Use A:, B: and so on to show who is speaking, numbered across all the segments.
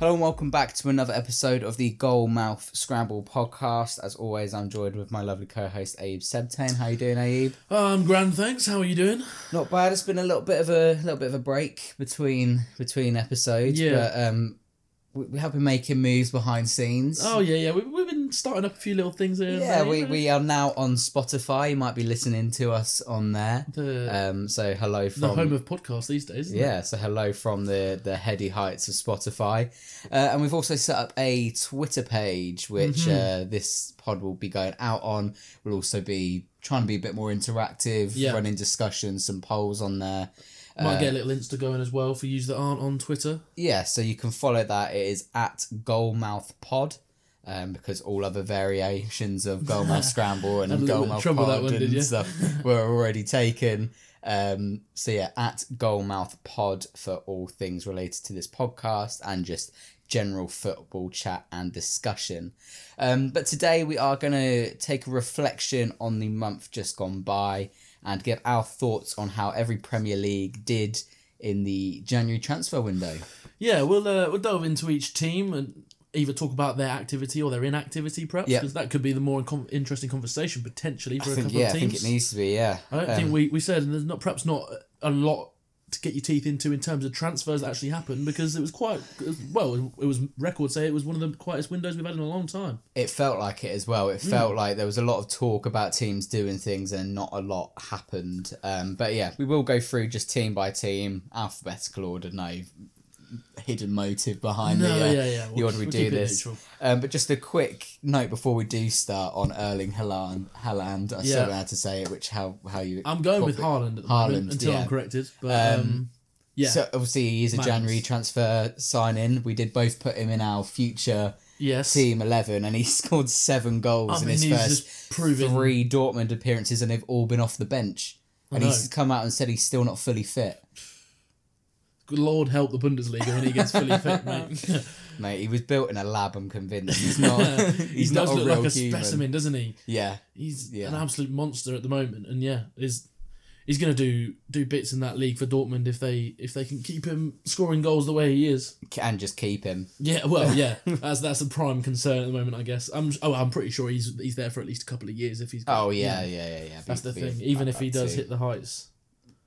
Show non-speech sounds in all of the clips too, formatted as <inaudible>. A: Hello and welcome back to another episode of the Goal Mouth Scramble podcast. As always, I'm joined with my lovely co-host Abe Sebtain. How you doing, Abe?
B: Um, grand thanks. How are you doing?
A: Not bad. It's been a little bit of a little bit of a break between between episodes,
B: Yeah.
A: but um, we, we have been making moves behind scenes.
B: Oh yeah, yeah. We, we've been starting up a few little things here. and
A: yeah,
B: there,
A: we,
B: you know.
A: we are now on Spotify. You might be listening to us on there.
B: the,
A: Um, so hello from
B: the home of podcasts these days. Isn't
A: Yeah, so hello from the the heady heights of Spotify, uh, and we've also set up a Twitter page, which
B: Mm-hmm.
A: uh, this pod will be going out on. We'll also be trying to be a bit more interactive,
B: Yeah.
A: running discussions, some polls on there.
B: it? might
A: Uh,
B: get a little Insta going as well for you that aren't on Twitter.
A: yeah, so you can follow that. It is at Goalmouth Pod. Um, because all other variations of Goalmouth
B: <laughs>
A: Scramble and
B: Had a little bit
A: Goalmouth
B: of
A: Pod
B: trouble that one, did
A: and
B: you?
A: stuff were already taken. Um, so yeah, at Goalmouth Pod for all things related to this podcast and just general football chat and discussion. Um, but today we are going to take a reflection on the month just gone by and give our thoughts on how every Premier League did in the January transfer window.
B: Yeah, we'll uh, we'll delve into each team and either talk about their activity or their inactivity, perhaps,
A: Yeah.
B: because that could be the more con- interesting conversation potentially for a
A: I think
B: couple
A: yeah,
B: of
A: I
B: teams.
A: think it needs to be yeah.
B: I don't
A: Um,
B: think we, we said, and there's not perhaps not a lot to get your teeth into in terms of transfers that actually happened because it was quite well. It was record say it was one of the quietest windows we've had in a long time.
A: it felt like it as well. It
B: Hmm.
A: felt like there was a lot of talk about teams doing things and not a lot happened. Um, but yeah, we will go through just team by team, alphabetical order, no hidden motive behind
B: No,
A: the, uh,
B: yeah, yeah.
A: the
B: We'll-
A: order we
B: we'll
A: do
B: keep it
A: this.
B: neutral.
A: Um, but just a quick note before we do start on Erling Haaland. Haaland, I still
B: Yeah.
A: don't know how to say it. Which how how you?
B: I'm going with
A: properly-
B: Haaland at the
A: Haaland,
B: moment until
A: yeah.
B: I'm corrected. But um, yeah,
A: So obviously he is a
B: Mans.
A: January transfer sign in. We did both put him in our future
B: yes,
A: team eleven, and he <laughs> scored seven goals
B: I mean,
A: in his
B: he's
A: first
B: just proven.
A: three Dortmund appearances, and they've all been off the bench. And
B: know.
A: he's come out and said he's still not fully fit.
B: Lord help the Bundesliga when he gets fully fit,
A: <laughs>
B: mate.
A: Mate, he was built in a lab. I'm convinced
B: <laughs>
A: he's not. he's
B: he
A: not
B: does
A: a
B: look
A: real
B: like a
A: human.
B: specimen, doesn't he?
A: Yeah,
B: He's
A: Yeah.
B: an absolute monster at the moment, and yeah, is he's going to do do bits in that league for Dortmund if they if they can keep him scoring goals the way he is.
A: and just keep him.
B: Yeah,
A: <laughs>
B: well, yeah, that's that's a prime concern at the moment, I guess. I'm oh, I'm pretty sure he's he's there for at least a couple of years if he's.
A: Oh yeah, yeah, yeah, yeah.
B: that's
A: Be-
B: the
A: be
B: thing. Even
A: like
B: if he
A: that
B: does
A: too.
B: hit the heights,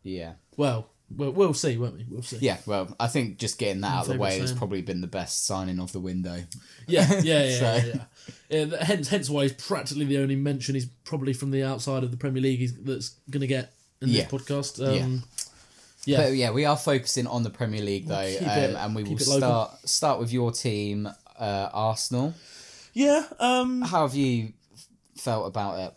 A: yeah,
B: well, well, we'll see, won't we? We'll see.
A: yeah. Well, I think just getting that out of the
B: favourite
A: way has
B: sign.
A: probably been the best signing of the window.
B: Yeah, yeah, yeah,
A: <laughs>
B: yeah,
A: So-
B: yeah. yeah. th- hence, hence why he's practically the only mention he's probably from the outside of the Premier League he's, that's going to get in
A: Yeah.
B: this podcast. Um, yeah,
A: But yeah, we are focusing on the Premier League though,
B: keep
A: um,
B: it-
A: and we
B: keep
A: will
B: it local.
A: start start with your team, uh, Arsenal.
B: yeah. Um,
A: How have you felt about it?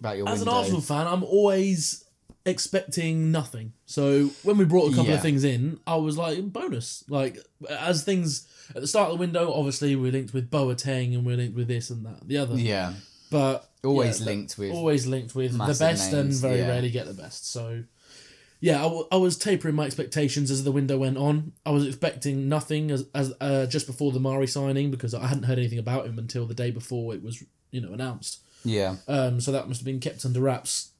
A: About your
B: as an
A: window?
B: Arsenal fan, I'm always expecting nothing. So when we brought a couple
A: Yeah.
B: of things in, I was like, bonus. Like as things at the start of the window, obviously we're linked with Boateng and we're linked with this and that, the other.
A: Yeah,
B: But
A: always
B: yeah,
A: linked with
B: always linked with the
A: massive
B: best and
A: names,
B: very
A: yeah.
B: rarely get the best. So, yeah, I wa- I was tapering my expectations as the window went on. I was expecting nothing as, as uh, just before the Mari signing because I hadn't heard anything about him until the day before it was you know announced.
A: yeah
B: Um, so that must have been kept under wraps.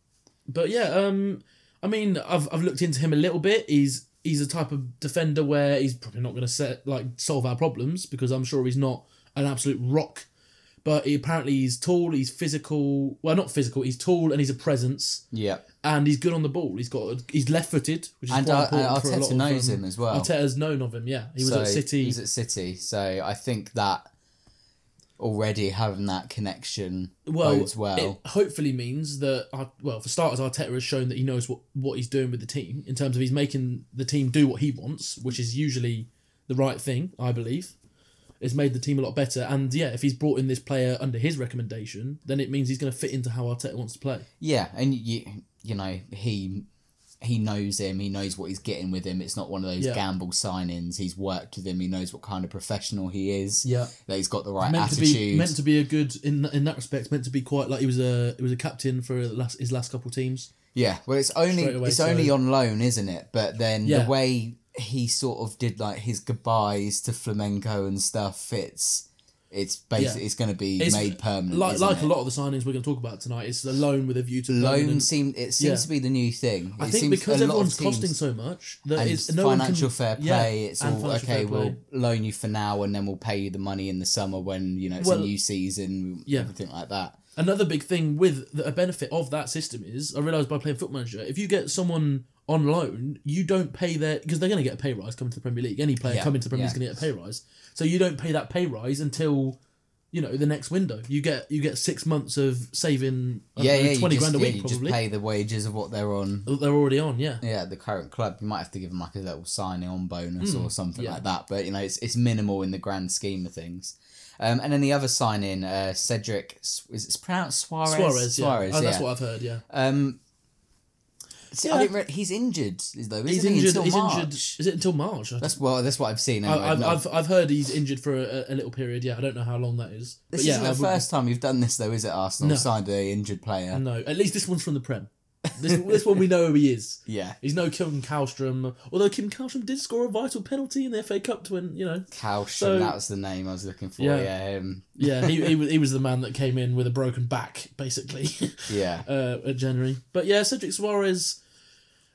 B: But yeah, um, I mean, I've I've looked into him a little bit. He's he's a type of defender where he's probably not going to set like solve our problems because I'm sure he's not an absolute rock. But he, apparently he's tall, he's physical. Well, not physical. He's tall and he's a presence,
A: yeah
B: and he's good on the ball. He's got he's left-footed, which is
A: and
B: quite
A: Ar-
B: important for a lot
A: Arteta
B: of,
A: knows
B: um,
A: him as well.
B: Arteta's known of him. Yeah, he was
A: So,
B: at City.
A: He was at City, so I think that already having that connection
B: well,
A: bodes well.
B: It hopefully means that, Ar- well, for starters, Arteta has shown that he knows what, what he's doing with the team in terms of he's making the team do what he wants, which is usually the right thing, I believe. It's made the team a lot better. And yeah, if he's brought in this player under his recommendation, then it means he's going to fit into how Arteta wants to play.
A: yeah, and you you know he he knows him. He knows what he's getting with him. It's not one of those
B: Yeah.
A: gamble signings. He's worked with him. He knows what kind of professional he is.
B: Yeah.
A: that he's got the right
B: Meant
A: attitude.
B: to be meant to be a good in in that respect. Meant to be quite like he was a he was a captain for the last, his last couple teams.
A: Yeah, well, it's only
B: Straight away,
A: it's
B: so-
A: only on loan, isn't it? But then
B: Yeah.
A: the way he sort of did like his goodbyes to flamenco and stuff, it's It's basically it's going to be
B: It's
A: made permanent.
B: Like
A: isn't
B: like
A: it?
B: a lot of the signings we're going to talk about tonight, it's a loan with a view to
A: loan
B: permanent.
A: seem it seems
B: Yeah.
A: to be the new thing.
B: I
A: It
B: think
A: seems a
B: because
A: lot of
B: everyone's
A: teams-
B: costing so much, that
A: and
B: it's no one can-
A: financial fair
B: yeah,
A: play. it's
B: and
A: all
B: financial
A: okay.
B: fair play.
A: We'll loan you for now, and then we'll pay you the money in the summer when you know it's
B: Well,
A: a new season,
B: yeah.
A: everything like that.
B: another big thing with the, a benefit of that system is I realized by playing Foot Manager, if you get someone on loan, you don't pay their because they're going to get a pay rise coming to the Premier League. Any player
A: Yeah,
B: coming to the Premier League is
A: yeah.
B: going to get a pay rise, so you don't pay that pay rise until you know the next window. You get you get six months of saving I don't
A: yeah,
B: know,
A: yeah,
B: twenty
A: you just,
B: grand a
A: yeah, you
B: week
A: just
B: probably.
A: pay the wages of what they're on.
B: that They're already on, yeah.
A: Yeah, the current club, you might have to give them like a little signing on bonus or something
B: Hmm, yeah.
A: like that. But you know, it's it's minimal in the grand scheme of things. Um, and then the other sign in, uh, Cedric, S- is it pronounced Suarez?
B: Suarez, yeah.
A: Suarez,
B: oh,
A: yeah.
B: that's what I've heard, yeah.
A: Um, see, I
B: Yeah.
A: didn't re- he's injured though.
B: He's
A: isn't he,
B: injured.
A: until
B: He's
A: March?
B: injured. Is it until March? I
A: That's well. That's what I've seen. Anyway.
B: I, I've,
A: No,
B: I've, I've heard he's injured for a, a little period. Yeah, I don't know how long that is.
A: this
B: But yeah,
A: isn't
B: I
A: the
B: would-
A: first time you've done this, though, is it? Arsenal
B: No. Mm.
A: signed a injured player.
B: No, at least this one's from the Prem. This, this one we know who he is.
A: Yeah,
B: He's no Kim Kalstrom, although Kim Kalstrom did score a vital penalty in the FA Cup to win, you know.
A: Kalshin.
B: So-
A: that was the name I was looking for.
B: Yeah.
A: Yeah, um, him.
B: Yeah, he, he, was, he was the man that came in with a broken back, basically, <laughs>
A: yeah.
B: uh, at January. But yeah, Cedric Suarez,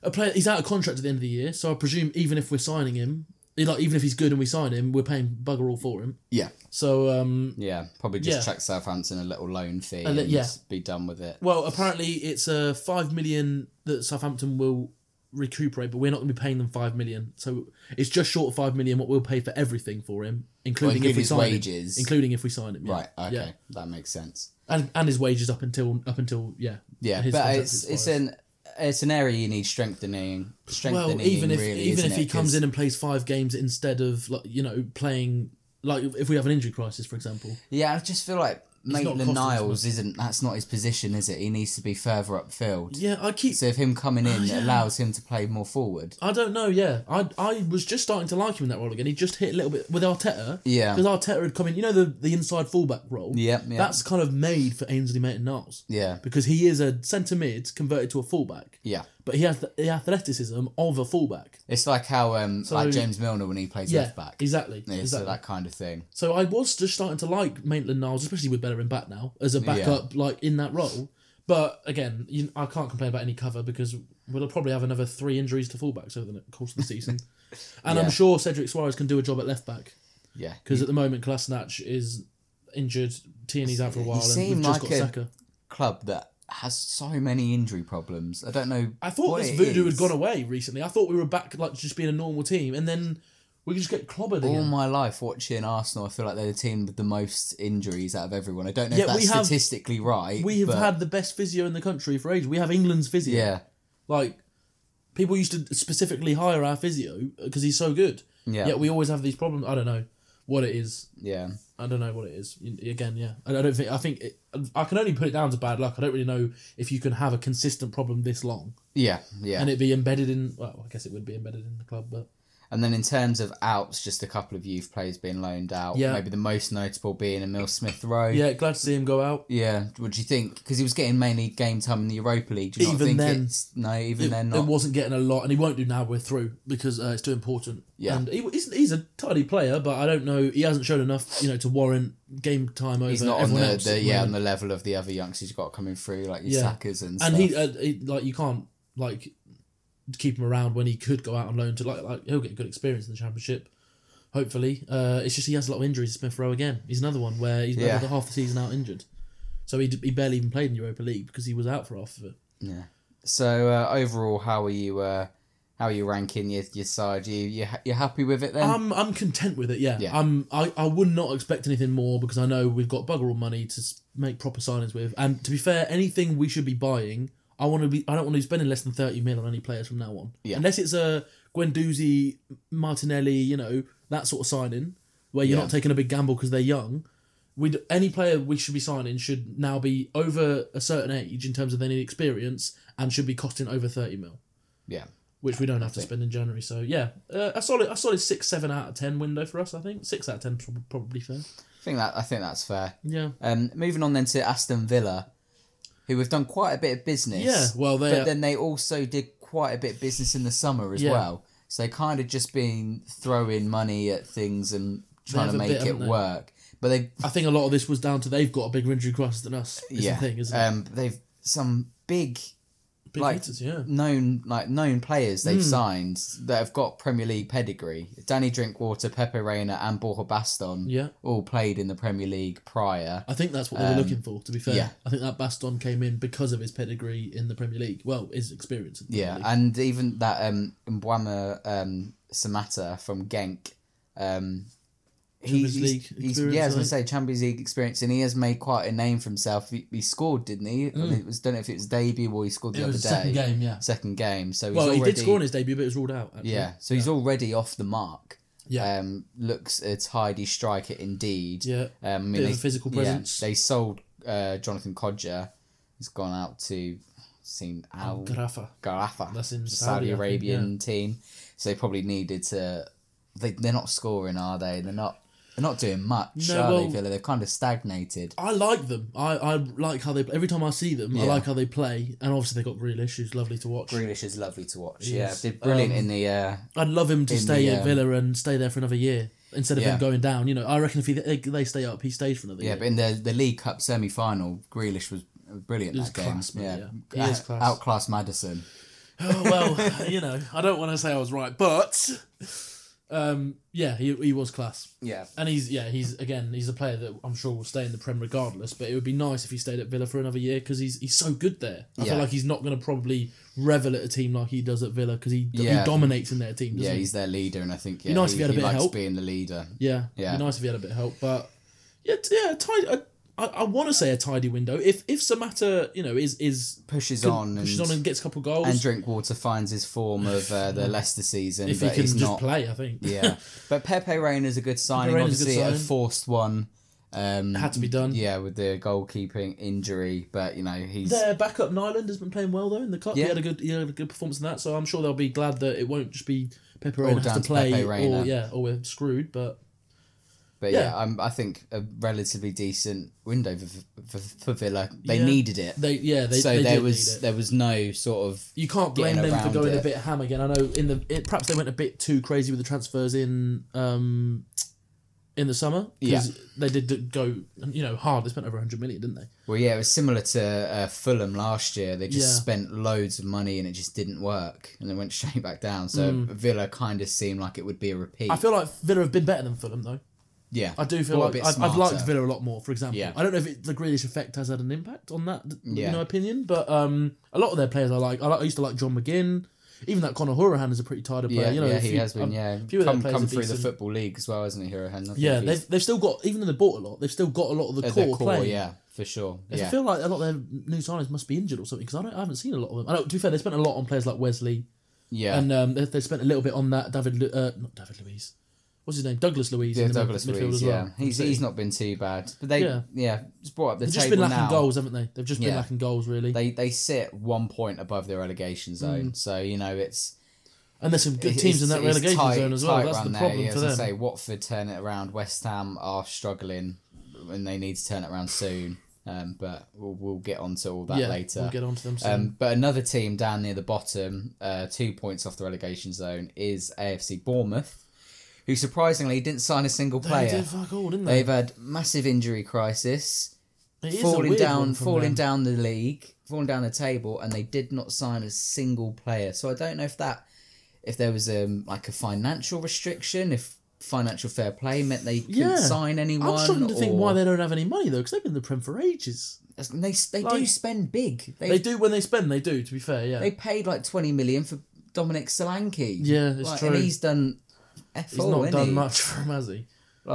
B: a player, he's out of contract at the end of the year, so I presume even if we're signing him, like even if he's good and we sign him, we're paying bugger all for him.
A: Yeah,
B: So um,
A: yeah. Probably just
B: Yeah.
A: chuck Southampton a little loan fee
B: li-
A: and,
B: yeah.
A: be done with it.
B: Well, apparently it's a uh, five million that Southampton will recuperate, but we're not going to be paying them five million. So it's just short of five million what we'll pay for everything for him, including,
A: including
B: if we
A: his
B: sign
A: wages.
B: him, including if we sign him. yeah.
A: Right. Okay,
B: Yeah.
A: that makes sense.
B: And and his wages up until up until yeah.
A: Yeah,
B: his
A: but
B: contract
A: it's it's
B: expires.
A: an it's an area you need strengthening. Strengthening.
B: well, even if
A: really,
B: even
A: isn't
B: if
A: it?
B: he comes
A: 'Cause-
B: in and plays five games instead of like you know playing like if we have an injury crisis, for example.
A: Yeah, I just feel like
B: not
A: Maitland
B: costing us
A: Niles isn't. That's not his position, is it? He needs to be further upfield.
B: Yeah, Oh, I keep
A: So if him coming in allows him to play more forward.
B: I don't know. Yeah, I I was just starting to like him in that role again. He just hit a little bit with Arteta.
A: Yeah.
B: because Arteta had come in. You know the the inside fullback role.
A: Yep, yeah.
B: That's kind of made for Ainsley Maitland-Niles
A: Yeah.
B: because he is a centre mid converted to a fullback,
A: Yeah.
B: but he has the, the athleticism of a fullback.
A: It's like how um like
B: So-
A: James Milner when he plays
B: Yeah,
A: left back.
B: exactly.
A: Yeah, so
B: exactly.
A: that kind of thing.
B: So I was just starting to like Maitland Niles, especially with Bellerin back now as a backup, like in that role. But again, you, I can't complain about any cover because we'll probably have another three injuries to fullbacks over the course of the
A: <laughs>
B: season, and
A: Yeah.
B: I'm sure Cedric Suarez can do a job at left back
A: Yeah.
B: because at the moment Kolasinac is injured, Tierney's out for a while, and
A: seem
B: we've just
A: like
B: got
A: a-
B: Saka.
A: Club that has so many injury problems. I don't know.
B: I thought
A: what
B: this
A: it
B: voodoo
A: is.
B: had gone away recently. I thought we were back like just being a normal team, and then we just get clobbered
A: All
B: again.
A: my life watching Arsenal, I feel like they're the team with the most injuries out of everyone. I don't know
B: Yeah,
A: if that's
B: we have-
A: statistically right.
B: We have
A: but
B: had the best physio in the country for ages. We have England's physio.
A: yeah,
B: Like people used to specifically hire our physio because he's so good.
A: Yeah.
B: Yet we always have these problems. I don't know what it is.
A: yeah,
B: I don't know what it is. You- Again, yeah. I I don't think. I think it, I can only put it down to bad luck. I don't really know if you can have a consistent problem this long
A: yeah, yeah.
B: and it be embedded in. Well, I guess it would be embedded in the club, but
A: And then in terms of outs, just a couple of youth players being loaned out.
B: Yeah.
A: Maybe the most notable being Emil Smith Rowe.
B: yeah, glad to see him go out.
A: Yeah, what do you think? Because he was getting mainly game time in the Europa League. Do you not
B: Even
A: think
B: then-
A: it's no, even
B: It,
A: then
B: it
A: not.
B: wasn't getting a lot, and he won't do now. We're through because uh, it's too important.
A: Yeah.
B: and he, he's, he's a tidy player, but I don't know. He hasn't shown enough, you know, to warrant game time over
A: He's not on
B: everyone
A: the,
B: else. at
A: the
B: the
A: yeah on
B: moment.
A: the level of the other youngsters you've got coming through like your
B: Yeah.
A: Sackers and stuff.
B: and he, uh, he like you can't like keep him around when he could go out on loan to like like he'll get good experience in the championship. Hopefully, uh, it's just he has a lot of injuries. Smith Rowe again. He's another one where he's
A: Yeah.
B: another half the season out injured, so he, d- he barely even played in Europa League because he was out for half of it.
A: yeah. So uh, overall, how are you? Uh, how are you ranking your, your side? You you ha- you're happy with it then?
B: I'm I'm content with it. Yeah,
A: Yeah.
B: I'm. I, I would not expect anything more because I know we've got bugger all money to s- make proper signings with. And to be fair, anything we should be buying, I want to be. I don't want to be spending less than thirty mil on any players from now on.
A: Yeah.
B: Unless it's a Guendouzi, Martinelli, you know that sort of signing where you're
A: Yeah.
B: not taking a big gamble because they're young. We would any player we should be signing should now be over a certain age in terms of they need experience and should be costing over thirty mil
A: yeah.
B: which we don't have to spend in January. So yeah, uh, a solid, a solid six, seven out of ten window for us. I think six out of ten prob- probably fair.
A: I think that I think that's fair.
B: Yeah,
A: Um, moving on then to Aston Villa, who have done quite a bit of business.
B: yeah. Well, they
A: but
B: are,
A: then they also did quite a bit of business in the summer as
B: Yeah.
A: well. So they kind of just been throwing money at things and trying
B: have
A: to
B: a
A: make
B: bit,
A: it
B: haven't they?
A: work. But they've
B: I think a lot of this was down to they've got a bigger injury crisis than us. Is
A: yeah,
B: the thing, isn't it?
A: um, they've some big
B: Big
A: like-
B: hitters, yeah.
A: known like known players they've
B: Hmm.
A: signed that have got Premier League pedigree. Danny Drinkwater, Pepe Reina, and Borja Baston
B: Yeah.
A: all played in the Premier League prior.
B: I think that's what they were
A: Um,
B: looking for, to be fair.
A: yeah.
B: I think that Baston came in because of his pedigree in the Premier League. Well, his experience. In the Premier
A: Yeah,
B: League.
A: and even that um Mbwama um Samata from Genk, um he-
B: Champions League
A: he's, he's, yeah, I was
B: experience, I
A: gonna say Champions League experience, and he has made quite a name for himself. He, he scored, didn't he? I mean, it was don't know if it was debut or he scored the
B: Hmm. It
A: other
B: was the
A: day.
B: second game, yeah.
A: Second game. So he's
B: Well,
A: already,
B: he did score in his debut, but it was ruled out. Actually.
A: Yeah, so he's already off the mark.
B: Yeah.
A: um, looks a tidy striker indeed.
B: Yeah.
A: um, I mean,
B: Bit of
A: they-
B: a physical
A: yeah,
B: presence.
A: they sold uh, Jonathan Codger. He's gone out to seen Al
B: Garafa.
A: Garafa.
B: That's in
A: the
B: Saudi, I
A: Saudi
B: think,
A: Arabian team. So they probably needed to. They they're not scoring, are they? They're not. They're not doing much, are
B: No, well-
A: they? Villa, they're kind of stagnated.
B: I like them. I, I like how they every time I see them, I
A: Yeah.
B: like how they play, and obviously they got real issues. Lovely to watch.
A: Grealish is lovely to watch.
B: He
A: Yeah,
B: is.
A: did brilliant
B: Um,
A: in the. Uh,
B: I'd love him to
A: In
B: stay
A: the,
B: at
A: um,
B: Villa and stay there for another year instead of him
A: Yeah.
B: going down. You know, I reckon if he, they, they stay up, he stays for another
A: yeah,
B: year.
A: but in the the League Cup semi final, Grealish was brilliant.
B: was
A: that game.
B: class, man, yeah.
A: Out-
B: He is class.
A: Outclassed Madison.
B: oh, <gasps> well, <laughs> you know, I don't want to say I was right, but um, yeah, he, he was class.
A: Yeah,
B: And he's yeah he's again he's a player that I'm sure will stay in the Prem regardless. But it would be nice if he stayed at Villa for another year because he's he's so good there. I feel
A: Yeah.
B: like he's not going to probably revel at a team like he does at Villa because he
A: Yeah.
B: he dominates in their team. Doesn't
A: Yeah,
B: he?
A: he's their leader, and I think yeah,
B: nice
A: he,
B: if he had a
A: he
B: bit of
A: likes
B: help.
A: being the leader.
B: Yeah,
A: Yeah.
B: It'd be nice if he had a bit of help, but yeah, t- yeah, tidy. I, I, I want to say a tidy window. If if Samata, you know, is is
A: Pushes on,
B: pushes
A: and,
B: on and gets a couple goals,
A: and Drinkwater finds his form of uh, the Leicester season,
B: if he
A: but
B: can
A: he's
B: just
A: not.
B: play, I think. <laughs>
A: yeah, but Pepe Reina's a good signing.
B: Reina's a good
A: Obviously, a,
B: sign.
A: forced one. Um,
B: had to be done.
A: Yeah, with the goalkeeping injury, but you know he's
B: Their backup Nyland has been playing well though in the cup. He
A: Yeah.
B: had a good he had a good performance in that, so I'm sure they'll be glad that it won't just be Pepe
A: All
B: Reina has
A: down
B: to
A: to
B: play,
A: Pepe
B: or
A: Reina.
B: yeah, or we're screwed. But
A: But yeah,
B: Yeah.
A: I'm, I think a relatively decent window for, for, for Villa. They
B: Yeah.
A: needed it,
B: they yeah they
A: so
B: they
A: there
B: did
A: was
B: need it.
A: there was no sort of
B: You can't blame
A: getting
B: them for
A: around
B: going a
A: it.
B: bit ham again. I know in the it, perhaps they went a bit too crazy with the transfers in um in the summer because they did d- go you know hard. They spent over 100 million, didn't they?
A: well, yeah, it was similar to uh, Fulham last year. They just
B: Yeah.
A: spent loads of money and it just didn't work, and they went <laughs> straight back down. So Villa kind of seemed like it would be a repeat.
B: Hmm. I feel like Villa have been better than Fulham though.
A: yeah,
B: I do feel
A: Or a
B: like
A: bit
B: I've, I've
A: smarter.
B: liked Villa a lot more. For example,
A: Yeah.
B: I don't know if it, the Grealish effect has had an impact on that, th-
A: Yeah.
B: in my opinion. But um, a lot of their players I like. I, like, I used to like John McGinn. Even that Conor Hourihan is a pretty tired player.
A: Yeah,
B: you know,
A: yeah,
B: a
A: he
B: few-
A: has been.
B: um,
A: Yeah,
B: few of their
A: come,
B: players
A: come
B: are
A: through the
B: decent.
A: football league as well, isn't he, Hero Hen?
B: Yeah, they've, they've still got even though they bought a lot, they've still got a lot of the
A: at
B: core,
A: their core.
B: players.
A: Yeah, for sure.
B: I
A: Yeah,
B: feel like a lot of their new signings must be injured or something because I, don't- I haven't seen a lot of them. I know, to be fair, they spent a lot on players like Wesley
A: yeah.
B: and um, they, they spent a little bit on that David, Lu- uh, not David Louise, what's his name, Douglas Louise.
A: yeah,
B: in the mid-
A: Douglas
B: midfield
A: Luiz.
B: as well.
A: Yeah, he's
B: So
A: he's not been too bad, but they
B: Yeah.
A: yeah, just brought up the
B: They've
A: table
B: just been lacking
A: now.
B: goals, haven't they? They've just been
A: Yeah.
B: lacking goals really.
A: They they sit one point above the relegation
B: Hmm.
A: zone, so you know it's
B: and there's some good
A: it's-
B: teams in that
A: it's
B: relegation
A: tight-
B: zone as well.
A: tight
B: That's
A: run
B: the
A: there.
B: problem
A: yeah,
B: for
A: as I
B: them.
A: say, Watford turn it around. West Ham are struggling, and they need to turn it around soon. Um, but we'll, we'll get onto all that
B: yeah,
A: later.
B: we'll get onto them soon.
A: Um, but another team down near the bottom, uh, two points off the relegation zone, is AFC Bournemouth, who surprisingly didn't sign a single
B: they
A: player.
B: did fuck all, didn't they?
A: They've had massive injury crisis,
B: It is a
A: falling
B: weird one
A: down,
B: from
A: falling
B: them.
A: down the league, falling down the table, and they did not sign a single player. So I don't know if that, if there was um like a financial restriction, if financial fair play meant they couldn't
B: Yeah.
A: sign anyone.
B: I'm struggling to think why
A: or-
B: they don't have any money though, because they've been in the Prem for ages.
A: they they do
B: like-
A: spend big. They
B: They do when they spend, they do. To be fair, yeah.
A: They paid like twenty million for Dominic Solanke.
B: Yeah, it's
A: like,
B: true.
A: And he's done. F
B: He's not done much <laughs> for him, has he?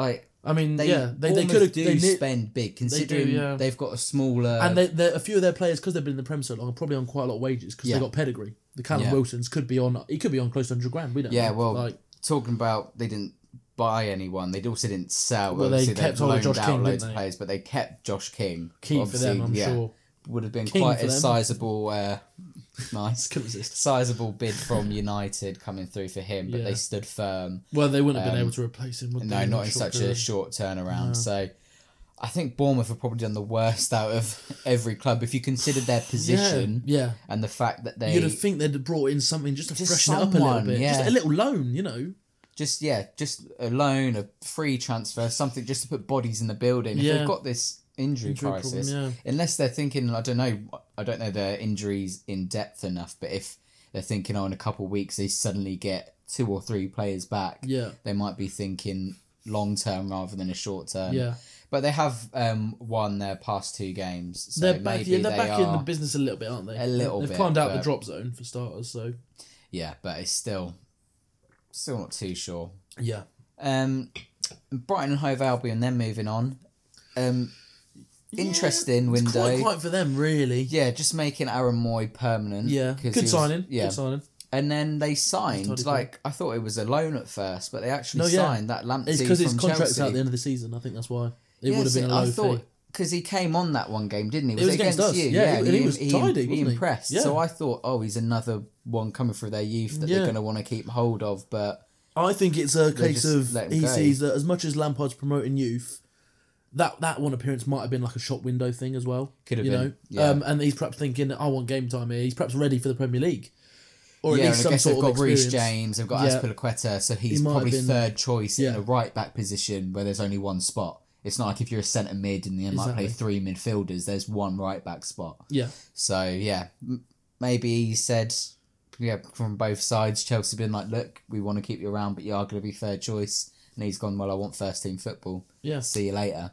A: Like
B: I mean,
A: they,
B: yeah, they, they
A: Bournemouth
B: could have
A: do
B: they ne-
A: spend big considering they
B: yeah.
A: have got a smaller.
B: and they, they, a few of their players because they've been in the Prem so long are probably on quite a lot of wages because
A: Yeah.
B: they got pedigree. The Callum
A: Yeah.
B: Wilsons could be on he could be on close to hundred grand. We don't.
A: yeah,
B: know.
A: well,
B: like
A: talking about they didn't buy anyone. They also didn't sell.
B: Well, they
A: Obviously, they kept
B: kept hold of
A: loaned
B: Josh
A: out
B: King, didn't
A: loads of
B: they?
A: players, but they kept Josh King.
B: key for
A: Obviously,
B: them, I'm
A: yeah,
B: sure.
A: Would have been
B: King
A: quite
B: for
A: a
B: them.
A: sizable. Uh, nice.
B: <laughs> Couldn't resist.
A: Sizable
B: <laughs>
A: bid from United coming through for him, but
B: Yeah.
A: they stood firm.
B: Well, they wouldn't have been
A: Um,
B: able to replace him. Would
A: No,
B: they,
A: not
B: a
A: in
B: short
A: such a
B: period?
A: short turnaround. So I think Bournemouth have probably done the worst <laughs> out of every club if you consider their position
B: Yeah, yeah.
A: and the fact that they
B: You'd have think they'd have brought in something just to
A: Just
B: freshen it up a little
A: someone,
B: bit, just
A: yeah.
B: a little loan, you know.
A: just yeah, just a loan, a free transfer, something just to put bodies in the building. If
B: Yeah.
A: they've got this injury,
B: Injury
A: crisis,
B: problem, yeah.
A: unless they're thinking, I don't know, I don't know their injuries in depth enough. But if they're thinking, oh, in a couple of weeks they suddenly get two or three players back,
B: Yeah.
A: they might be thinking long term rather than a short term.
B: Yeah.
A: But they have um, won their past two games, so
B: they're back,
A: maybe
B: yeah, they're
A: they
B: back
A: are.
B: in the business a little bit, aren't they?
A: A little
B: They've
A: bit,
B: climbed out the
A: but-
B: drop zone for starters, so
A: yeah, but it's still, still not too sure.
B: yeah.
A: Um, Brighton and Hove Albion. Then moving on. Um, interesting
B: Yeah, it's
A: window.
B: Quite quite for them, really. Yeah.
A: yeah, just making Aaron Moy permanent. 'cause he
B: Good
A: was-
B: signing.
A: Yeah,
B: Good signing.
A: and then they signed.
B: Totally cool.
A: like I thought it was a loan at first, but they actually
B: No, yeah.
A: signed that Lamptey
B: It's because his
A: from
B: contract's
A: Chelsea.
B: out at the end of the season. I think that's why it
A: Yes,
B: would have been a low
A: I thought
B: fee.
A: because he came on that one game, didn't he?
B: was against us.
A: you?
B: Yeah, and he was tidy,
A: he
B: wasn't he?
A: impressed.
B: Yeah.
A: So I thought, oh, he's another one coming through their youth that
B: Yeah.
A: they're going to want to keep hold of. But
B: I think it's a case
A: just
B: of
A: let him
B: he
A: go.
B: sees that as much as Lampard's promoting youth, that that one appearance might have been like a shop window thing as well.
A: Could have
B: you
A: been,
B: know,
A: yeah.
B: um, and he's perhaps thinking, I want game time here. He's perhaps ready for the Premier League, or
A: yeah,
B: at
A: and
B: least
A: I
B: some
A: guess
B: sort
A: they've
B: of
A: got Reece
B: experience.
A: James, they've got
B: Yeah.
A: Aspilicueta, so he's
B: He might have
A: probably
B: been-
A: third choice
B: Yeah.
A: in a right back position where there's only one spot. It's not like if you're a centre mid and you might play
B: Exactly.
A: three midfielders, there's one right back spot.
B: Yeah,
A: So yeah, m- maybe he said, yeah, from both sides, Chelsea been like, look, we want to keep you around, but you are going to be third choice. And he's gone, well, I want first team football.
B: yeah.
A: See you later.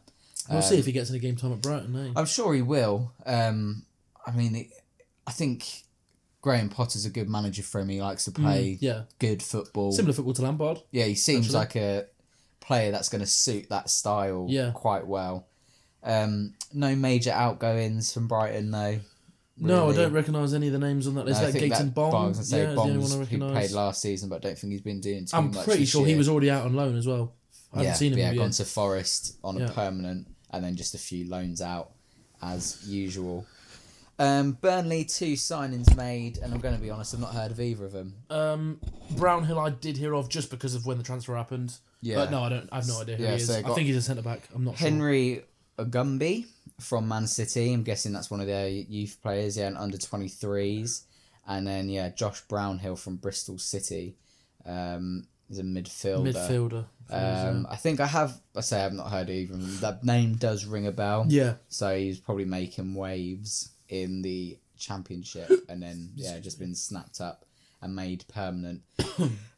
B: We'll see if
A: Um,
B: he gets any game time at Brighton. Eh?
A: I'm sure he will. Um, I mean, it, I think Graham Potter's a good manager for him. He likes
B: Mm.
A: to play
B: yeah,
A: good football.
B: similar football to Lampard.
A: Yeah, he seems
B: Actually.
A: like a player that's going to suit that style
B: Yeah.
A: quite well. Um, no major outgoings from Brighton though.
B: No, I
A: really.
B: don't recognise any of the names on that list.
A: No, I
B: that
A: think
B: Gates
A: that
B: and Bombs.
A: Barnes, I say
B: yeah, is the only
A: Bombs
B: one I
A: who played
B: recognise.
A: last season, but I don't think he's been doing too
B: I'm
A: much.
B: pretty
A: this
B: sure he
A: year.
B: was already out on loan as well. I
A: yeah,
B: haven't seen him
A: yeah,
B: yet.
A: gone to Forest on
B: Yeah.
A: a permanent, and then just a few loans out as usual. Um, Burnley two signings made, and I'm going to be honest, I've not heard of either of them.
B: Um, Brownhill, I did hear of just because of when the transfer happened.
A: Yeah.
B: But no, I don't. I have no idea who
A: Yeah,
B: he is.
A: so
B: I
A: got-
B: think he's a centre back. I'm not
A: Henry Ogumbi from Man City. I'm guessing that's one of their youth players. Yeah, and under 23s. And then, yeah, Josh Brownhill from Bristol City. Um, he's a
B: sure.
A: midfielder.
B: Midfielder.
A: Um, I think I have, I say I've not heard either of them. That name does ring a bell.
B: yeah.
A: So he's probably making waves in the championship and then, yeah, just been snapped up and made permanent.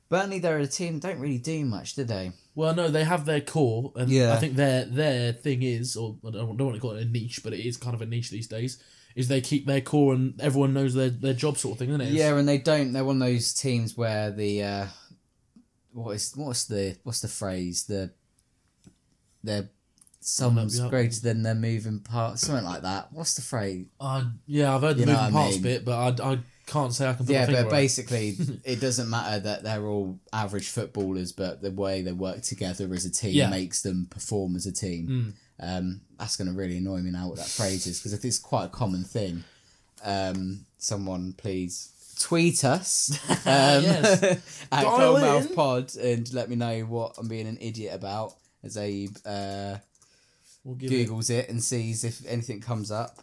A: Burnley, they're a team, don't really do much, do they?
B: Well, no, they have their core, and
A: Yeah.
B: I think their their thing is, or I don't, don't want to call it a niche, but it is kind of a niche these days. Is they keep their core and everyone knows their, their job sort of thing, isn't it? It's-
A: Yeah, and they don't. They're one of those teams where the uh, what is what's the what's the phrase the their someone's
B: yeah.
A: greater than their moving part, something like that. What's the phrase?
B: Uh, yeah, I've heard the
A: You know
B: moving
A: what I
B: parts
A: mean?
B: bit, but I, I can't say I can put my
A: Yeah,
B: finger
A: but
B: on it.
A: basically,
B: <laughs>
A: it doesn't matter that they're all average footballers, but the way they work together as a team
B: Yeah. Hmm.
A: makes them perform as a team. Um, that's going to really annoy me now what that phrase is because it's quite a common thing. Um, someone please tweet
B: <laughs>
A: us um,
B: Yes.
A: <laughs> at
B: Dial
A: Goldmouth
B: in.
A: Pod and let me know what I'm being an idiot about as Abe uh,
B: We'll give it-
A: Googles it and sees if anything comes up.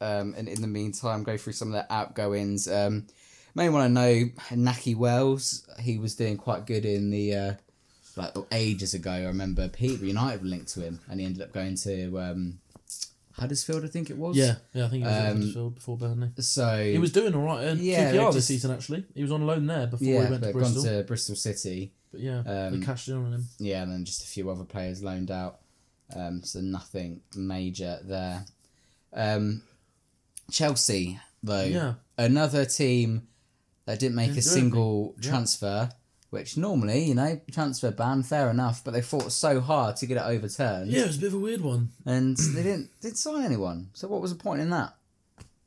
A: Um, and in the meantime, go through some of their outgoings. Um, may want to know Naki Wells. He was doing quite good in the uh, like ages ago. I remember Peter United were linked to him, and he ended up going to um, Huddersfield, I think it was.
B: Yeah, yeah, I think it was
A: Um,
B: um, Huddersfield before Burnley.
A: So
B: He was doing all right. Uh,
A: Yeah,
B: QPR
A: they
B: this
A: just-
B: season actually. He was on loan there before
A: yeah,
B: he went to
A: but
B: Bristol.
A: gone to Bristol City.
B: but yeah,
A: um,
B: they cashed in on him.
A: Yeah, and then just a few other players loaned out. Um, so nothing major there. Um, Chelsea though.
B: Yeah,
A: another team that didn't make
B: Didn't
A: a
B: do
A: single
B: Yeah.
A: transfer, which normally, you know, transfer ban, fair enough, but they fought so hard to get it overturned.
B: yeah, it was a bit of a weird one.
A: And they didn't did sign anyone. So what was the point in that?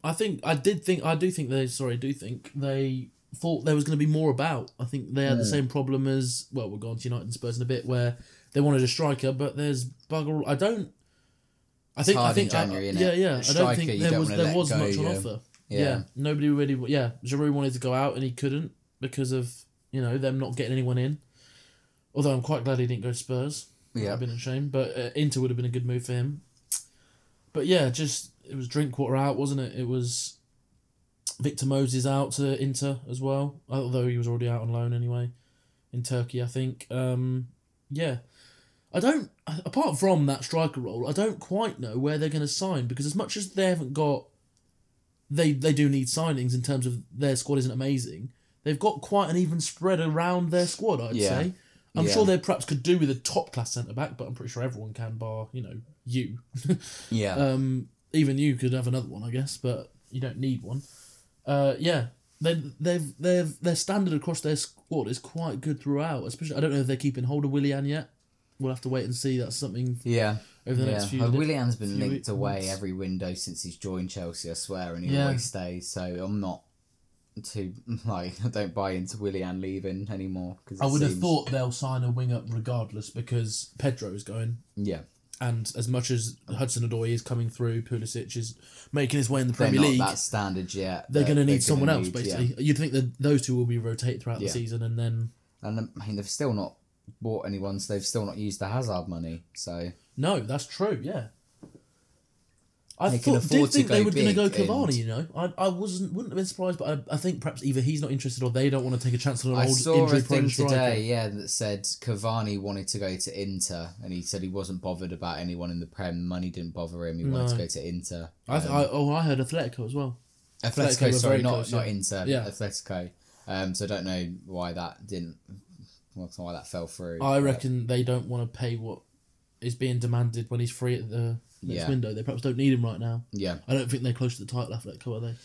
B: I think I did think I do think they sorry I do think they thought there was going to be more about. I think they had
A: Hmm.
B: the same problem as well. We'll go on to United and Spurs in a bit where they wanted a striker, but there's bugger. all- I don't. I think I
A: hard in
B: think
A: January,
B: I,
A: innit?
B: yeah yeah.
A: A
B: I don't
A: striker,
B: think
A: you
B: there
A: don't
B: was
A: wanna
B: there
A: let
B: was
A: go,
B: much on
A: yeah.
B: offer. Yeah.
A: Yeah.
B: nobody really. Yeah, Giroud wanted to go out and he couldn't because of you know them not getting anyone in. Although I'm quite glad he didn't go to Spurs. That would
A: Yeah.
B: have been a shame, but uh, Inter would have been a good move for him. But yeah, just it was Drinkwater out, wasn't it? It was Victor Moses out to Inter as well, although he was already out on loan anyway. in Turkey, I think. Um, yeah. I don't, apart from that striker role, I don't quite know where they're going to sign because as much as they haven't got, they they do need signings in terms of their squad isn't amazing. They've got quite an even spread around their squad. I'd
A: Yeah.
B: say. I'm
A: Yeah.
B: sure they perhaps could do with a top class centre back, but I'm pretty sure everyone can, bar you know you.
A: Yeah.
B: Um, even you could have another one, I guess, but you don't need one. Uh, yeah, they they've they've their standard across their squad is quite good throughout. Especially, I don't know if they're keeping hold of Willian yet. We'll have to wait and see. That's something
A: yeah.
B: over the next few.
A: yeah. Uh, Willian's been
B: few
A: linked away
B: weeks.
A: every window since he's joined Chelsea, I swear, and he
B: Yeah.
A: always stays. So I'm not too <laughs> like I don't buy into Willian leaving anymore. Cause it
B: I would have
A: seems-
B: thought they'll sign a wing up regardless because Pedro is going,
A: Yeah,
B: and as much as Hudson Odoi is coming through, Pulisic is making his way in the
A: they're
B: Premier
A: not
B: League.
A: that standard yet.
B: They're going to
A: gonna
B: need someone else,
A: need-
B: basically.
A: yeah.
B: You'd think that those two will be rotated throughout the
A: Yeah.
B: season, and then
A: And um, I mean, they've still not bought anyone, so they've still not used the Hazard money. So
B: No, that's true. Yeah. I
A: They can
B: thought,
A: afford to
B: did think they
A: go
B: were going to
A: big
B: go Cavani.
A: and-
B: You know, I, I wasn't wouldn't have been surprised, but I, I think perhaps either he's not interested or they don't want to take a chance on an
A: I
B: old
A: saw a
B: injury-prone
A: thing
B: striker.
A: today, yeah, that said Cavani wanted to go to Inter, and he said he wasn't bothered about anyone in the Prem. Money didn't bother him. He wanted to
B: No.
A: go to Inter.
B: I, th-
A: Um,
B: I oh I heard Atletico as well. Atletico
A: Atletico,
B: were
A: sorry,
B: very
A: not
B: close,
A: not
B: yeah.
A: Inter,
B: Yeah.
A: Atletico. Um, so I don't know why that didn't, well, why that fell through.
B: I
A: but-
B: reckon they don't want to pay what is being demanded when he's free at the next
A: Yeah.
B: window. They perhaps don't need him right now.
A: Yeah,
B: I don't think they're close to the title Atletico, are they?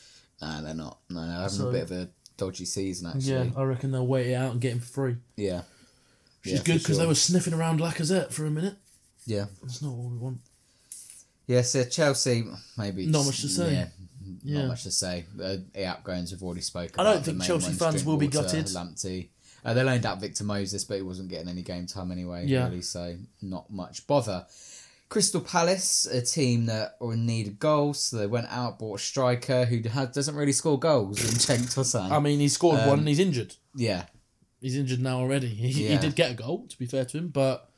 A: no, they're not. No, they're having
B: So-
A: a bit of a dodgy season
B: yeah,
A: actually.
B: I reckon they'll wait it out and get him for free.
A: Yeah, yeah.
B: Which is good
A: for
B: because they
A: sure.
B: were sniffing around Lacazette for a minute.
A: yeah,
B: That's not what we want.
A: yeah. So uh, Chelsea, maybe
B: Not
A: just-
B: much to say.
A: Yeah,
B: Yeah.
A: not much to say. Uh, the outgoings have already spoken.
B: I don't
A: about the
B: think
A: main
B: Chelsea
A: ones,
B: fans will be
A: Drinkwater,
B: gutted.
A: Lamptey. Uh, they loaned out Victor Moses, but he wasn't getting any game time anyway,
B: Yeah.
A: really, so not much bother. Crystal Palace, a team that were in need of goals, so they went out, bought a striker who ha- doesn't really score goals <laughs> in Cenk Tosan.
B: I mean, he scored
A: Um,
B: one and he's injured.
A: yeah,
B: he's injured now already. He, he
A: Yeah.
B: did get a goal, to be fair to him, but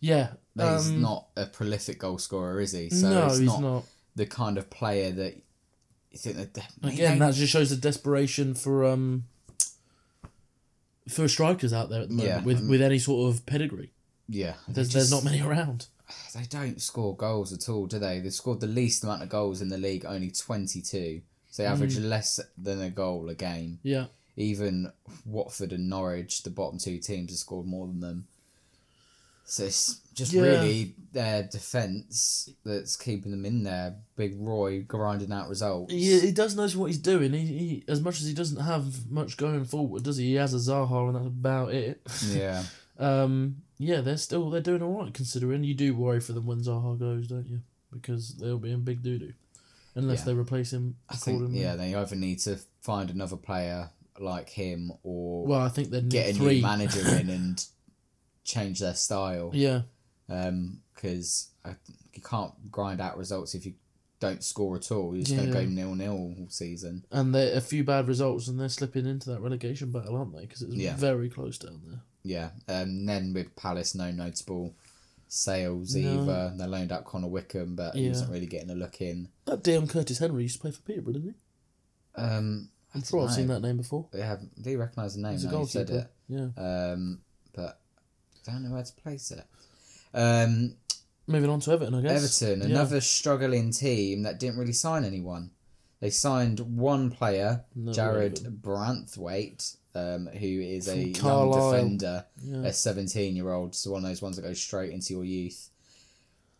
B: yeah,
A: but he's
B: um,
A: not a prolific goal scorer, is he? So
B: no,
A: it's
B: he's
A: not,
B: not.
A: the kind of player that you think that. mate,
B: Again,
A: they-
B: that just shows the desperation for um for strikers out there at the moment
A: Yeah,
B: with
A: um,
B: with any sort of pedigree.
A: yeah,
B: There's
A: they just-
B: there's not many around.
A: They don't score goals at all, do they? They've scored the least amount of goals in the league, only 22. So they
B: Hmm.
A: average less than a goal a game.
B: Yeah,
A: Even Watford and Norwich, the bottom two teams, have scored more than them. So it's just
B: Yeah.
A: really their defence that's keeping them in there. Big Roy grinding out results.
B: he, he does know what he's doing. He, he as much as he doesn't have much going forward, does he? He has a Zaha, and that's about it. <laughs>
A: Yeah.
B: Um, yeah, they're still they're doing all right considering. You do worry for them when Zaha goes, don't you? Because they'll be in big doo doo, unless
A: Yeah.
B: they replace him.
A: I think,
B: accordingly.
A: yeah, they either need to find another player like him or
B: Well, I think they'd
A: get a
B: need
A: new
B: three.
A: manager in
B: <laughs>
A: and change their style.
B: yeah,
A: because Um, you can't grind out results if you don't score at all. You're just going
B: Yeah.
A: to go nil nil all season.
B: and they a few bad results, and they're slipping into that relegation battle, aren't they? Because it's
A: Yeah.
B: very close down there.
A: Yeah, um, and then with Palace, no notable sales
B: No.
A: either. They loaned out Connor Wickham, but he
B: Yeah.
A: wasn't really getting a look in.
B: That damn Curtis Henry used to play for Peterborough, didn't he?
A: Um, I
B: I'm sure I've seen
A: dunno.
B: that name before.
A: They have. Do you recognise the name?
B: He's a
A: now you said
B: goalkeeper.
A: it.
B: Yeah,
A: Um, but I don't know where to place it. Um,
B: moving on to Everton, I guess.
A: Everton,
B: Yeah.
A: another struggling team that didn't really sign anyone. They signed one player,
B: No
A: Jared
B: way.
A: Branthwaite, um, who is
B: From
A: a young
B: Carlisle.
A: defender,
B: Yeah.
A: a 17 year old, so one of those ones that goes straight into your youth.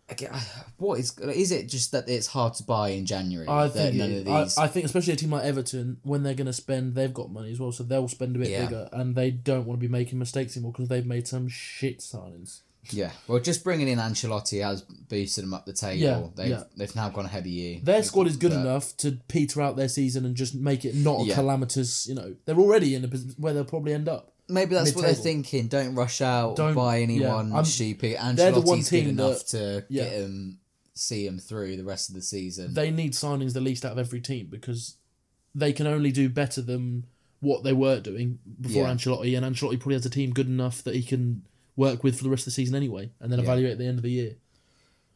A: Again, I- What is is it just that it's hard to buy in January?
B: I
A: that
B: think, it- I, I think especially a team like Everton, when they're going to spend, they've got money as well, so they'll spend a bit
A: Yeah.
B: bigger, and they don't want to be making mistakes anymore because they've made some shit signings.
A: yeah. Well, just bringing in Ancelotti has boosted them up the table.
B: Yeah,
A: they've
B: yeah.
A: they've now gone ahead of you.
B: Their squad is good
A: But-
B: enough to peter out their season and just make it not a
A: Yeah.
B: calamitous. You know, they're already in a position where they'll probably end up.
A: Maybe that's what they're
B: mid-table.
A: thinking. Don't rush out.
B: Don't-
A: buy
B: yeah,
A: anyone
B: I'm-
A: stupid. Ancelotti's
B: they're the one
A: good
B: team
A: enough to
B: yeah.
A: get him, see him through the rest of the season.
B: They need signings the least out of every team because they can only do better than what they were doing before
A: Yeah.
B: Ancelotti, and Ancelotti probably has a team good enough that he can work with for the rest of the season anyway, and then
A: Yeah.
B: evaluate at the end of the year.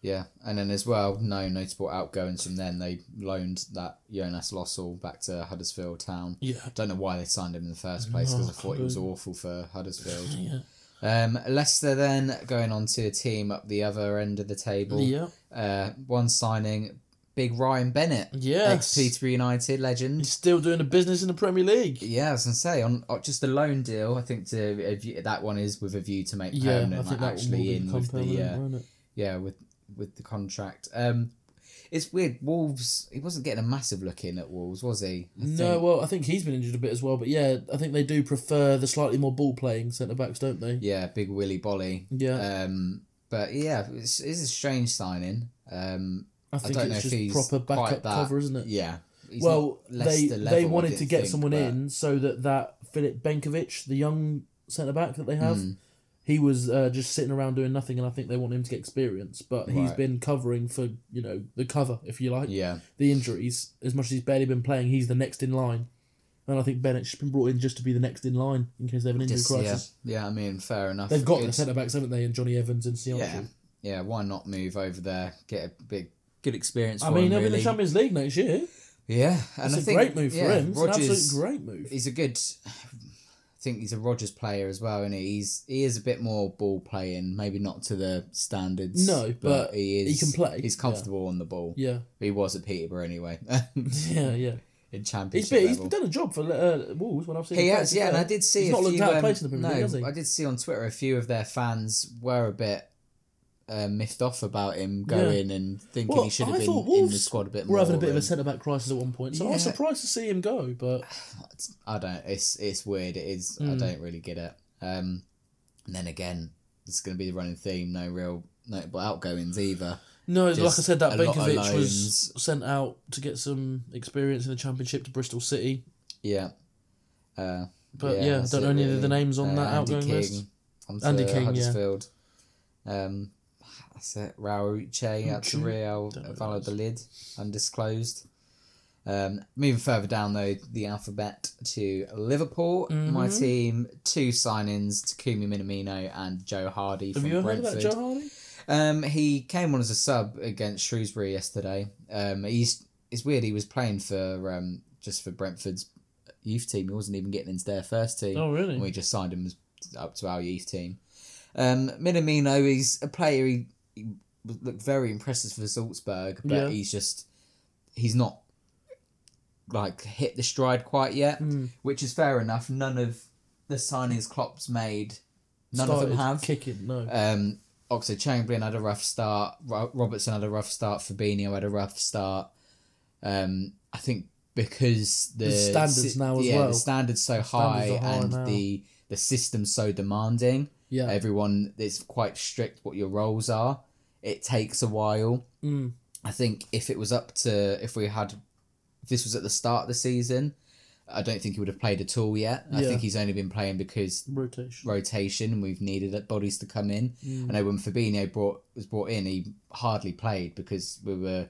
A: Yeah, and then as well, no notable outgoings from then. They loaned that Jonas Lossell back to Huddersfield Town.
B: Yeah.
A: Don't know why they signed him in the first place because
B: No
A: I thought it was
B: clue.
A: awful for Huddersfield.
B: <laughs> Yeah.
A: Um, Leicester then going on to a team up the other end of the table.
B: Yeah.
A: Uh, one signing, big Ryan Bennett, ex
B: Yes.
A: Peter United legend.
B: He's still doing a business in the Premier League.
A: Yeah, I was gonna say on on just a loan deal. I think to a view, that one is with a view to make
B: Yeah,
A: permanent,
B: I
A: like
B: think that
A: Um, actually in with the uh,
B: will
A: yeah with with the contract. Um, it's weird. Wolves. He wasn't getting a massive look in at Wolves, was he? I
B: No, well, I think he's been injured a bit as well, but yeah, I think they do prefer the slightly more ball playing centre backs, don't they?
A: Yeah, big Willy Bolly.
B: Yeah,
A: Um, but yeah, it's, it's a strange signing. Um,
B: I think
A: don't know
B: it's
A: if
B: just
A: he's
B: proper
A: quite
B: backup
A: that-
B: cover, isn't it?
A: yeah. he's
B: well,
A: not
B: they
A: Leicester
B: they
A: level, I
B: wanted
A: didn't
B: to get
A: think,
B: someone
A: but-
B: in so that that Philip Benkovic, the young centre back that they have,
A: Mm.
B: he was uh, just sitting around doing nothing, and I think they want him to get experience. But he's
A: Right.
B: been covering for you know the cover, if you like,
A: Yeah,
B: the injuries. As much as he's barely been playing, he's the next in line, and I think Bennett's just been brought in just to be the next in line in case they have an injury
A: just, yeah,
B: crisis.
A: yeah. I mean, fair enough.
B: They've got the
A: Good-
B: centre backs, haven't they? And Johnny Evans and Sianchu.
A: Yeah, yeah. Why not move over there? Get a big, good experience. For
B: I mean,
A: him,
B: they'll be in
A: really.
B: the Champions League next year.
A: Yeah, and
B: It's
A: I
B: a
A: think
B: great move for
A: yeah,
B: him. It's
A: Rodgers,
B: an absolute great move.
A: he's a good. I think he's a Rogers player as well, and he? he's he is a bit more ball playing, maybe not to the standards.
B: No, but
A: he is.
B: he can play,
A: He's
B: yeah.
A: comfortable on the ball.
B: Yeah, <laughs>
A: He was at Peterborough anyway, <laughs>
B: yeah, yeah.
A: in
B: He's
A: championship
B: been, he's
A: level.
B: done a job for uh, Wolves when I've seen
A: he
B: him play,
A: has,
B: to be
A: yeah, and
B: fair.
A: I did see
B: He's
A: a
B: not
A: few.
B: looked out of
A: um,
B: place in the Premier League,
A: no,
B: has he?
A: I did see on Twitter a few of their fans were a bit uh, miffed off about him going and thinking
B: Well,
A: he should have
B: I
A: been
B: thought
A: in the
B: Wolves
A: squad a bit more.
B: We're having a bit of a
A: and-
B: centre back crisis at one point, so I was
A: Yeah.
B: surprised to see him go. But
A: I don't. It's it's weird. It is. I
B: Mm.
A: don't really get it. Um, and then again, it's going to be the running theme. No real notable outgoings either.
B: no, like I
A: Just
B: said, that
A: a lot of
B: Benkovic was
A: loans.
B: sent out to get some experience in the Championship to Bristol City.
A: Yeah. Uh,
B: But yeah, I
A: that's
B: don't know
A: it,
B: any of
A: really.
B: the names on
A: Uh,
B: that
A: Andy
B: outgoing
A: King,
B: list.
A: Onto
B: Andy
A: Andy
B: King, yeah.
A: King, Huddersfield. Um, that's it. Raul Uche out to
B: Uche?
A: Real
B: Don't know who that
A: Valladolid, undisclosed. Um, moving further down though the alphabet to Liverpool, my
B: Mhm.
A: team two signings: Takumi Minamino and Joe Hardy
B: Have
A: from
B: you ever heard
A: Brentford.
B: of that, Joe Hardy?
A: Um, he came on as a sub against Shrewsbury yesterday. Um, he's it's weird. He was playing for um just for Brentford's youth team. He wasn't even getting into their first team.
B: Oh, really?
A: And we just signed him as, up to our youth team. Um, Minamino, he's a player. He, he looked very impressive for Salzburg, but
B: Yeah.
A: he's just he's not like hit the stride quite yet,
B: Mm.
A: which is fair enough. None of the signings Klopp's made, none of
B: Started
A: them have.
B: kicking. No,
A: Um, Oxford Chamberlain had a rough start. Ro- Robertson had a rough start. Fabinho had a rough start. Um, I think because the,
B: The standards
A: si-
B: now as
A: yeah,
B: well.
A: the standards so high,
B: standards are high
A: and
B: now.
A: the the system so demanding.
B: yeah,
A: Everyone is quite strict what your roles are. It takes a while.
B: mm.
A: I think if it was up to if we had if this was at the start of the season, I don't think he would have played at all yet. I
B: Yeah.
A: think he's only been playing because
B: rotation.
A: rotation and we've needed that bodies to come in.
B: Mm.
A: I know when Fabinho brought was brought in, he hardly played because we were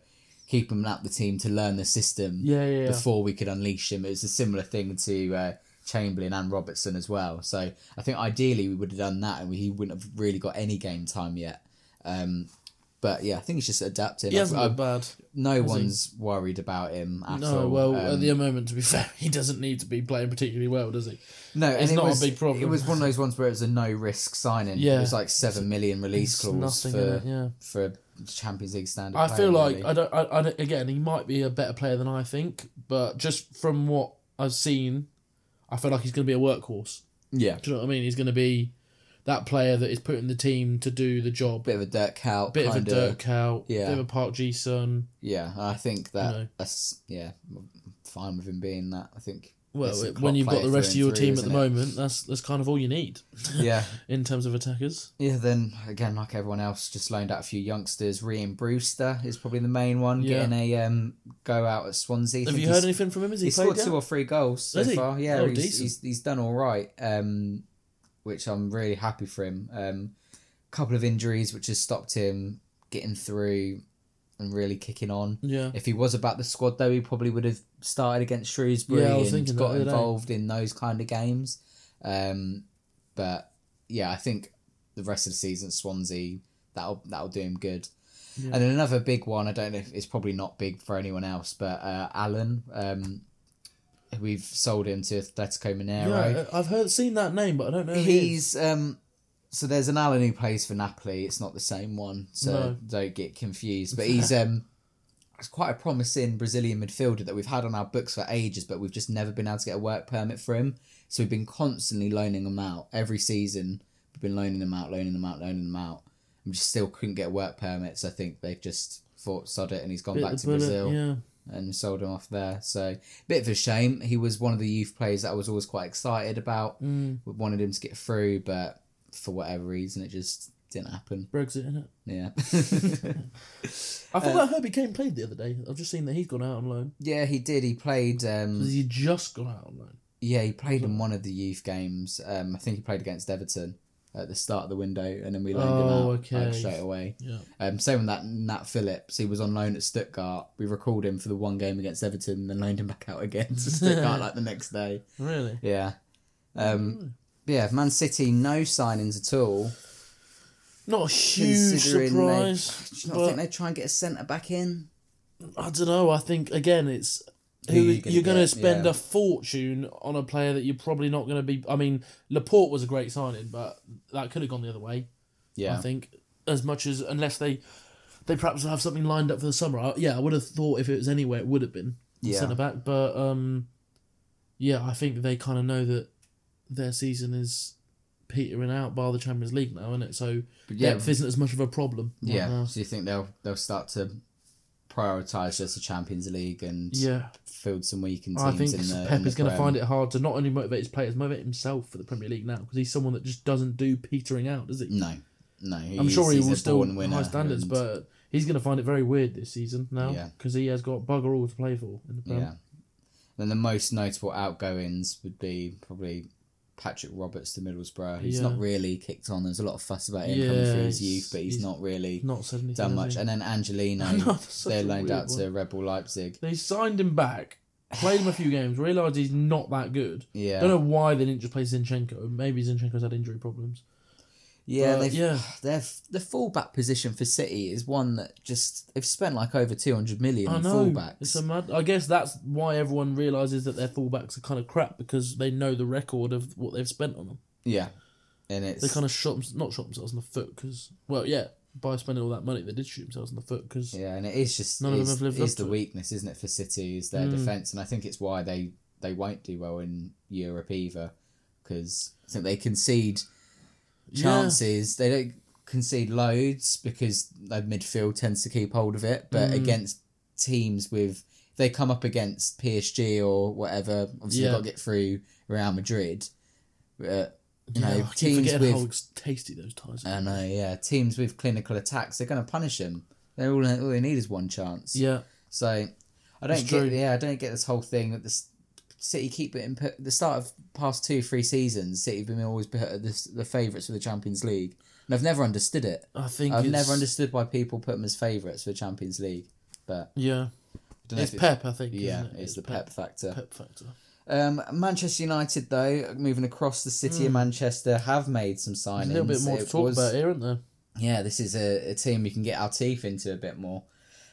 A: keeping him up the team to learn the system
B: Yeah, yeah, yeah.
A: before we could unleash him. It was a similar thing to uh, Chamberlain and Robertson as well. So I think ideally we would have done that and he wouldn't have really got any game time yet. Um, but yeah, I think he's just adapting.
B: He
A: I-
B: hasn't
A: I-
B: looked bad.
A: no one's worried about him at
B: No,
A: all.
B: well,
A: Um,
B: at the moment, to be <laughs> fair, he doesn't need to be playing particularly well, does he?
A: No, and
B: It's
A: it
B: not a
A: was,
B: big problem.
A: It was one of those ones where it was a no risk signing.
B: Yeah.
A: it was like seven million release
B: It's
A: clause
B: nothing
A: for
B: in it, yeah.
A: for a Champions League standard.
B: I
A: player,
B: feel like
A: really.
B: I don't, I, I don't. Again, he might be a better player than I think, but just from what I've seen, I feel like he's going to be a workhorse.
A: yeah,
B: Do you know what I mean? He's going to be that player that is putting the team to do the job. Bit,
A: bit of a Dirk Cow,
B: of a
A: kinda-
B: Dirk Cow,
A: yeah.
B: bit of a Park Ji Sun.
A: Yeah, and I think that
B: You know.
A: that's yeah, I'm fine with him being that. I think.
B: Well,
A: it's a
B: it-
A: Klopp
B: when you've got
A: player
B: the
A: through
B: rest of
A: and
B: your
A: through,
B: team at the
A: isn't it?
B: moment, that's that's kind of all you need
A: yeah,
B: in terms of attackers.
A: yeah. Then again, like everyone else, just loaned out a few youngsters. Rian Brewster is probably the main one
B: Yeah.
A: getting a um go out at Swansea. I
B: Have
A: think
B: you
A: he's-
B: heard anything from him? Has he,
A: He
B: played
A: scored
B: yet?
A: two or three goals so
B: Has he?
A: far. Yeah,
B: Oh,
A: he's,
B: decent.
A: he's he's done all right, um, which I'm really happy for him. A um, couple of injuries which has stopped him getting through and really kicking on.
B: Yeah.
A: If he was about the squad though, he probably would have started against Shrewsbury
B: Yeah, I was thinking
A: and
B: that
A: got
B: the other day.
A: involved in those kind of games. Um, but yeah, I think the rest of the season at Swansea that'll that'll do him good.
B: Yeah.
A: And then another big one, I don't know if it's probably not big for anyone else, but uh, Alan, um, we've sold him to Atletico Mineiro.
B: Yeah, I- I've heard seen that name, but I don't know. who he is.
A: He's um so there's an Alan who plays for Napoli. It's not the same one, so
B: No.
A: don't get confused.
B: <laughs>
A: But he's um it's quite a promising Brazilian midfielder that we've had on our books for ages, but we've just never been able to get a work permit for him. So we've been constantly loaning him out every season. We've been loaning him out, loaning him out, loaning him out. And we just still couldn't get a work permit. So I think they've just thought sod it, and he's gone
B: Bit
A: back
B: of
A: to
B: bullet,
A: Brazil
B: Yeah.
A: and sold him off there. So bit of a shame. He was one of the youth players that I was always quite excited about.
B: Mm,
A: We wanted him to get through, but for whatever reason, it just didn't happen.
B: Brexit, innit? <laughs>
A: Yeah,
B: I thought
A: Uh,
B: that Herbie Kane played the other day. I've just seen that he's gone out on loan.
A: yeah, he did. He played. Um,
B: He just gone out on loan.
A: yeah, he played in one of the youth games. Um, I think he played against Everton at the start of the window, and then we loaned him out
B: Oh,
A: like,
B: okay.
A: straight away.
B: Yeah.
A: Um, same with that Nat Phillips. He was on loan at Stuttgart. We recalled him for the one game against Everton, then loaned him back out again
B: <laughs>
A: to Stuttgart like the next day.
B: Really?
A: Yeah. Um, yeah, Man City, no signings at all.
B: Not a huge
A: Considering they-
B: surprise.
A: Do you not
B: but
A: think they try and get a centre back in?
B: I don't know. I think again, it's
A: Who
B: who
A: you
B: you
A: gonna
B: are going
A: get,
B: to spend
A: yeah.
B: a fortune on a player that you're probably not going to be. I mean, Laporte was a great signing, but that could have gone the other way.
A: Yeah.
B: I think as much as unless they they perhaps have something lined up for the summer. I, yeah, I would have thought if it was anywhere, it would have been
A: Yeah.
B: centre back. But um, yeah, I think they kind of know that their season is petering out by the Champions League now, isn't it? So
A: But yeah,
B: depth isn't as much of a problem. right
A: yeah.
B: now.
A: So you think they'll they'll start to prioritise just the Champions League and
B: yeah.
A: field some weakened
B: I
A: teams
B: think
A: in the in
B: Pep
A: the
B: is going to
A: Prem?
B: find it hard to not only motivate his players, motivate himself for the Premier League now because he's someone that just doesn't do petering out, does he?
A: No, no.
B: I'm
A: he's-
B: sure he
A: he's
B: will
A: a
B: still
A: born winner
B: high standards,
A: and-
B: but he's going to find it very weird this season now
A: Yeah.
B: because he has got bugger all to play for in the Prem.
A: yeah. Then the most notable outgoings would be probably Patrick Roberts to Middlesbrough. He's not
B: Yeah.
A: really kicked on. There's a lot of fuss about him coming
B: Yeah,
A: through his
B: he's-
A: youth, but he's,
B: he's
A: not really
B: Not said anything.
A: done
B: has
A: much.
B: he?
A: And then Angelino,
B: <laughs> I know, that's such
A: they're
B: a
A: loaned
B: weird
A: out to Red Bull Leipzig.
B: They signed him back, played him a few games, realised he's not that good.
A: Yeah,
B: Don't know why they didn't just play Zinchenko. Maybe Zinchenko's had injury problems.
A: yeah,
B: But,
A: they've
B: yeah.
A: their the fullback position for City is one that just they've spent like over two hundred million
B: I
A: on
B: know.
A: fullbacks.
B: It's a mad. I guess that's why everyone realizes that their fullbacks are kind of crap because they know the record of what they've spent on them.
A: yeah, and
B: They
A: it's
B: kind of shot them, not shot themselves in the foot because well, yeah, by spending all that money, they did shoot themselves in the foot because
A: yeah, and it is just
B: None of them
A: is,
B: have lived
A: is
B: up
A: the
B: to it.
A: weakness, isn't it, for City is their
B: Mm.
A: defense, and I think it's why they they won't do well in Europe either because I think they concede chances. They don't concede loads because their midfield tends to keep hold of it. But
B: Mm.
A: against teams with they come up against PSG or whatever, obviously
B: Yeah.
A: they've got to get through Real Madrid. But you
B: yeah,
A: know,
B: I keep
A: teams
B: forgetting
A: with- Uh,
B: how ex- tasty those ties. Are.
A: I know, yeah, teams with clinical attacks, they're going to punish them. They're all all they need is one chance.
B: yeah,
A: So I don't
B: It's
A: get
B: true.
A: yeah, I don't get this whole thing that this City keep it in put, the start of past two three seasons. City have been always put at this, the favourites for the Champions League, and I've never understood it.
B: I think
A: I've
B: it's-
A: never understood why people put them as favourites for the Champions League. But
B: Yeah,
A: I don't know
B: it's
A: if
B: Pep. I think.
A: Yeah,
B: isn't it?
A: it's, the Pep, factor.
B: Pep factor.
A: Um, Manchester United, though, moving across the city of Manchester, have made some signings.
B: Hmm. There's a little bit more to
A: It
B: talk
A: was-
B: about here, isn't there? <laughs>
A: yeah, this is a, a team we can get our teeth into a bit more.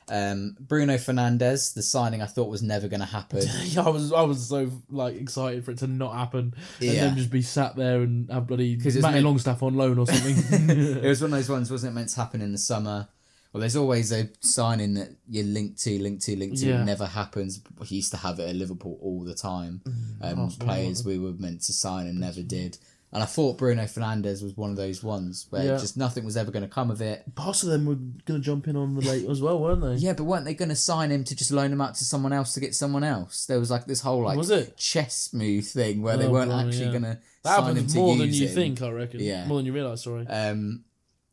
A: Um, Bruno Fernandez, the signing I thought was never going to
B: <laughs>
A: happen.
B: yeah, I was I was so like excited for it to not happen and
A: Yeah.
B: then just be sat there and have bloody
A: 'Cause
B: Matty
A: it's meant-
B: Longstaff on loan or
A: <laughs>
B: something.
A: it was one of those ones, wasn't it, meant to happen in the summer? Well, there's always a signing that you're linked to, linked to, linked to,
B: Yeah.
A: never happens. We used to have it at Liverpool all the time.
B: Mm.
A: Um,
B: Arsenal,
A: players we were meant to sign and never did. And I thought Bruno Fernandez was one of those ones where
B: Yeah.
A: just nothing was ever going to come of it.
B: Parts of them were gonna jump in on the late as well, weren't they?
A: <laughs> Yeah, but weren't they going to sign him to just loan him out to someone else to get someone else? There was like this whole like
B: Was it?
A: chess move thing where they
B: Oh,
A: weren't
B: blimey,
A: actually
B: yeah.
A: going to
B: That
A: sign him
B: happens
A: to
B: more than
A: use
B: you
A: him.
B: think, I reckon.
A: Yeah.
B: More than you realise, sorry.
A: Um,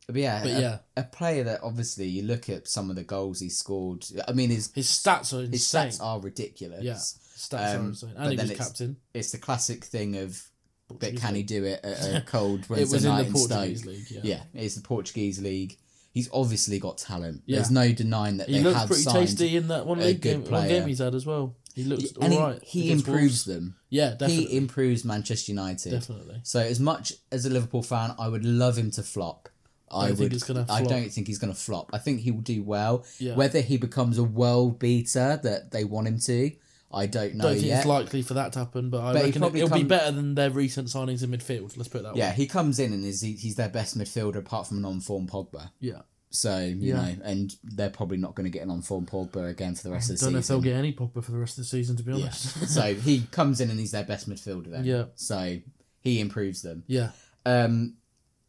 A: but yeah,
B: But
A: a,
B: yeah.
A: a player that obviously you look at some of the goals he scored. I mean, his
B: His stats are
A: his
B: insane.
A: stats are ridiculous.
B: yeah. Stats
A: um,
B: are insane.
A: but
B: And he
A: then
B: was
A: it's-
B: captain.
A: It's the classic thing of, but
B: Portuguese
A: can he
B: league.
A: do it at
B: <laughs>
A: a cold
B: It
A: Wednesday
B: was in
A: night
B: the
A: in Stoke?
B: Portuguese league, yeah.
A: Yeah, it's the Portuguese league. He's obviously got talent.
B: Yeah.
A: There's no denying that
B: He
A: they
B: looked
A: have
B: pretty
A: signed.
B: tasty in that one
A: a
B: league
A: good
B: game, one
A: player.
B: game he's had as well. He looks
A: And he,
B: alright.
A: he
B: against
A: improves
B: Wolves.
A: them.
B: Yeah, definitely.
A: He improves Manchester United.
B: definitely.
A: So as much as a Liverpool fan, I would love him to flop. I,
B: think
A: would.
B: it's gonna
A: I
B: flop.
A: don't think he's going to flop. I think he will do well.
B: Yeah.
A: Whether he becomes a world beater that they want him to, I don't know
B: don't think
A: yet.
B: it's likely for that to happen, but I
A: But he
B: reckon
A: probably
B: it'll be
A: come-
B: better than their recent signings in midfield. Let's put it that
A: yeah,
B: way.
A: he comes in and is he, he's their best midfielder apart from an on-form Pogba.
B: Yeah.
A: So you
B: Yeah.
A: know, and they're probably not going to get an on-form Pogba again for the rest of the
B: Don't know if
A: season.
B: they'll get any Pogba for the rest of the season, to be honest. <laughs>
A: Yeah. so he comes in and he's their best midfielder then.
B: Yeah.
A: So he improves them.
B: Yeah.
A: Um,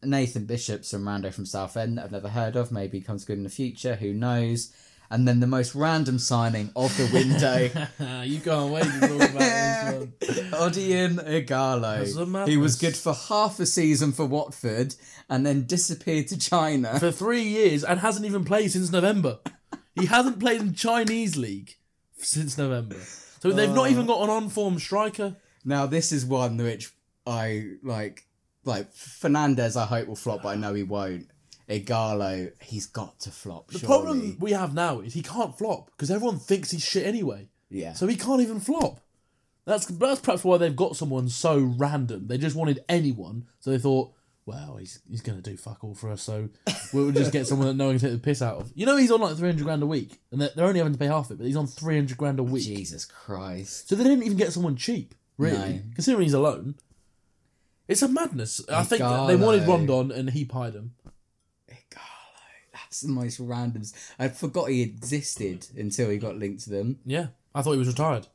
A: Nathan Bishop's and Rando from Southend that I've never heard of. Maybe comes good in the future. Who knows? And then the most random signing of the window,
B: <laughs> you can't wait to talk about
A: <laughs>
B: this one.
A: Odion
B: That's a
A: Igalo.
B: madness.
A: He was good for half a season for Watford and then disappeared to China. <laughs>
B: <laughs> For three years and hasn't even played since November. He hasn't played in Chinese league since November. So they've not even got an on-form striker.
A: Now this is one which I like. Like Fernandez, I hope will flop, but I know he won't. Igalo, he's got to flop.
B: The problem we have now is he can't flop because everyone thinks he's shit anyway.
A: yeah.
B: So he can't even flop. That's that's perhaps why they've got someone so random. They just wanted anyone, so they thought, well, he's he's gonna do fuck all for us, so we'll just get someone that no one can take the piss out of. You know, he's on like three hundred grand a week, and they're, they're only having to pay half of it, but he's on three hundred grand a week.
A: Jesus Christ.
B: So they didn't even get someone cheap, really,
A: No.
B: considering he's alone. It's a madness. I think that they
A: Igalo.
B: wanted Rondon, and he pied him.
A: Igalo, that's the most random. s- I forgot he existed until he got linked to them.
B: Yeah, I thought he was retired.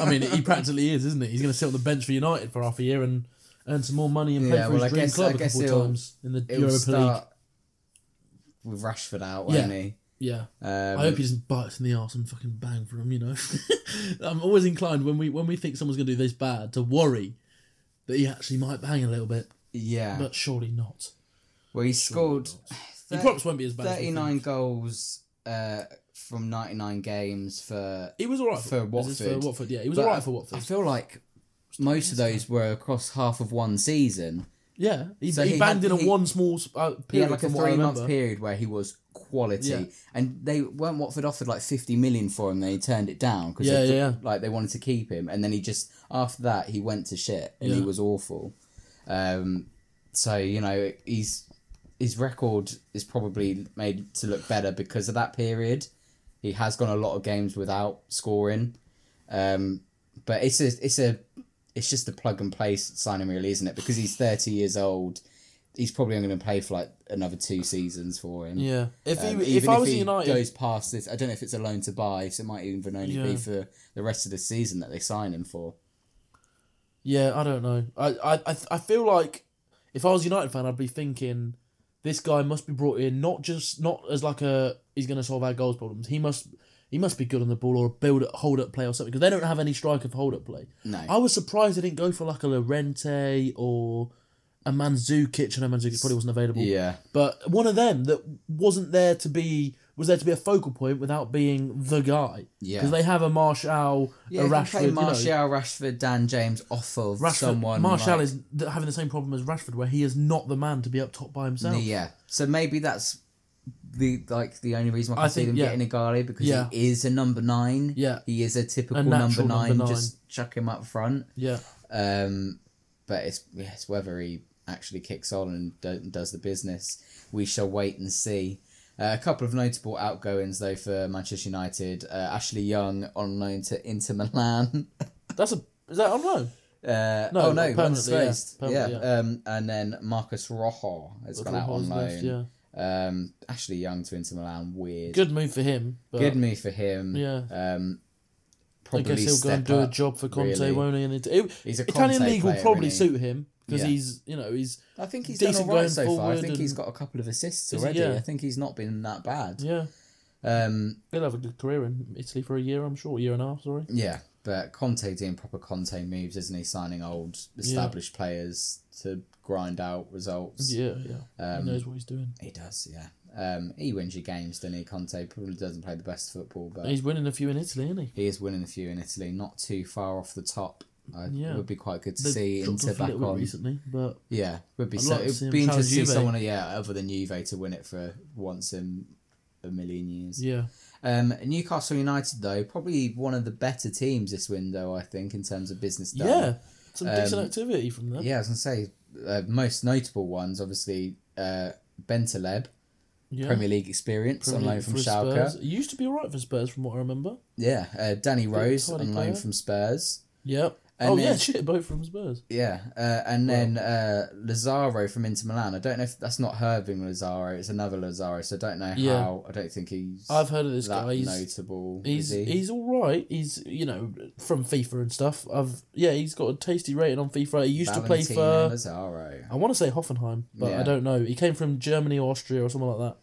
B: I mean, he practically is, isn't he? He's going to sit on the bench for United for half a year and earn some more money and play
A: Yeah,
B: for
A: well,
B: his
A: I
B: dream
A: guess- I
B: club a
A: guess
B: couple
A: it'll-
B: times in the
A: It will
B: Europa League.
A: start with Rashford out, won't
B: Yeah.
A: he?
B: Yeah,
A: Um,
B: I hope he doesn't bite us in the arse and fucking bang for him. You know, <laughs> I'm always inclined when we when we think someone's going to do this bad to worry that he actually might bang a little bit,
A: yeah.
B: but surely not.
A: well, he scored.
B: He props won't be as bad. as we think.
A: 39 goals uh, from 99 games for
B: He was alright
A: for
B: for, was this
A: Watford.
B: For Watford, yeah, he was
A: But
B: alright
A: I-
B: for Watford.
A: I feel like most of those were across half of one season.
B: yeah, he,
A: So
B: he,
A: he
B: banged
A: had-
B: in a
A: he-
B: one small s- uh,
A: He
B: period
A: had like a
B: from what I
A: three month
B: remember.
A: period where he was quality,
B: Yeah.
A: and they weren't Watford offered like fifty million for him. They turned it down because
B: Yeah,
A: they,
B: yeah, yeah.
A: like they wanted to keep him, and then he just after that he went to shit and he
B: Yeah.
A: was awful. Um, so you know he's his record is probably made to look better because of that period. He has gone a lot of games without scoring, um, but it's a it's a it's just a plug and play signing, really, isn't it? Because he's thirty years old. He's probably only going to play for like another two seasons for him.
B: Yeah, if
A: Um,
B: he,
A: even
B: if I was
A: he
B: United,
A: goes past this, I don't know if it's a loan to buy, so it might even only be
B: Yeah.
A: for the rest of the season that they sign him for.
B: yeah, I don't know. I, I, I, th- I feel like if I was a United fan, I'd be thinking this guy must be brought in not just not as like a he's going to solve our goals problems. He must he must be good on the ball or a build up hold up play or something because they don't have any striker for hold up play.
A: No.
B: I was surprised they didn't go for like a Lorente or a Mandzukic. I know Mandzukic probably wasn't available.
A: Yeah.
B: But one of them that wasn't there to be was there to be a focal point without being the guy.
A: Yeah.
B: Because they have a Marshall,
A: Yeah,
B: a
A: you can
B: Rashford.
A: play
B: you know.
A: Martial, Rashford, Dan James off of
B: Rashford,
A: someone.
B: Marshall
A: like-
B: is th- having the same problem as Rashford, where he is not the man to be up top by himself.
A: Yeah. So maybe that's the like the only reason why I,
B: I
A: can see
B: think-
A: them
B: yeah.
A: getting a Gali because
B: Yeah.
A: he is a number nine.
B: Yeah.
A: He is a typical number
B: natural
A: nine,
B: number nine.
A: Just chuck him up front.
B: Yeah,
A: Um, but it's yeah, it's whether he actually kicks on and do, does the business. We shall wait and see. Uh, a couple of notable outgoings though for Manchester United. Uh, Ashley Young on loan to Inter Milan. <laughs>
B: that's a is that on loan?
A: Uh,
B: No,
A: oh no,
B: like
A: one's
B: permanently, yeah.
A: spaced. Yeah,
B: Permanently,
A: Um, and then Marcus Rojo has gone out on loan.
B: Yeah,
A: Um, Ashley Young to Inter Milan, weird. Good,
B: good move for him. But
A: move for him.
B: Yeah.
A: Um,
B: I
A: probably
B: guess he'll go
A: step
B: and do
A: up,
B: a job for Conte,
A: really.
B: won't he? And it, it,
A: He's a
B: Italian
A: Conte
B: league
A: player,
B: will probably
A: isn't he?
B: suit him because
A: Yeah.
B: he's you know he's
A: I think he's
B: decent
A: done all right
B: going
A: so far. I
B: forward
A: think he's
B: and-
A: got a couple of assists
B: Is he?
A: already.
B: Yeah.
A: I think he's not been that bad.
B: yeah
A: Um,
B: he'll have a good career in Italy for a year I'm sure a year and a half sorry
A: yeah, but Conte doing proper Conte moves, isn't he? Signing old established players to grind out results.
B: yeah yeah
A: Um,
B: he knows what he's doing
A: He does, yeah. Um, he wins your games, doesn't he? Conte probably doesn't play the best football, but
B: he's winning a few in Italy isn't he
A: he is winning a few in Italy. Not too far off the top. I
B: Yeah.
A: would be quite good to
B: They've
A: see
B: dropped
A: Inter
B: off a
A: back
B: little bit
A: on.
B: recently but
A: Yeah, would be
B: I'd
A: so.
B: like to see
A: it'd
B: him
A: be interesting to see
B: challenge Juve.
A: someone, yeah, other than Juve to win it for once in a million years.
B: yeah
A: Um, Newcastle United, though, probably one of the better teams this window, I think, in terms of business done.
B: yeah some decent
A: Um,
B: activity from them
A: Yeah, I was going to say, uh, most notable ones, obviously, uh, Bentaleb,
B: Yeah.
A: Premier League experience
B: Premier
A: on loan
B: League
A: from
B: for
A: Schalke.
B: Spurs. It used to be alright for Spurs, from what I remember.
A: Yeah, uh, Danny Rose
B: tiny
A: on loan
B: player.
A: from Spurs.
B: Yep.
A: And
B: oh
A: then-
B: yeah, shit, both from Spurs.
A: Yeah, uh, and then uh, Lazaro from Inter Milan. I don't know if that's not Herbing Lazaro. It's another Lazaro. So I don't know
B: Yeah.
A: how. I don't think he's
B: I've heard of this
A: that
B: guy. He's
A: notable.
B: he's,
A: is he?
B: he's all right. He's you know from FIFA and stuff. I've yeah, he's got a tasty rating on FIFA. He used to play
A: Valentino
B: for
A: Lazaro.
B: I want to say Hoffenheim, but
A: Yeah.
B: I don't know. He came from Germany or Austria or something like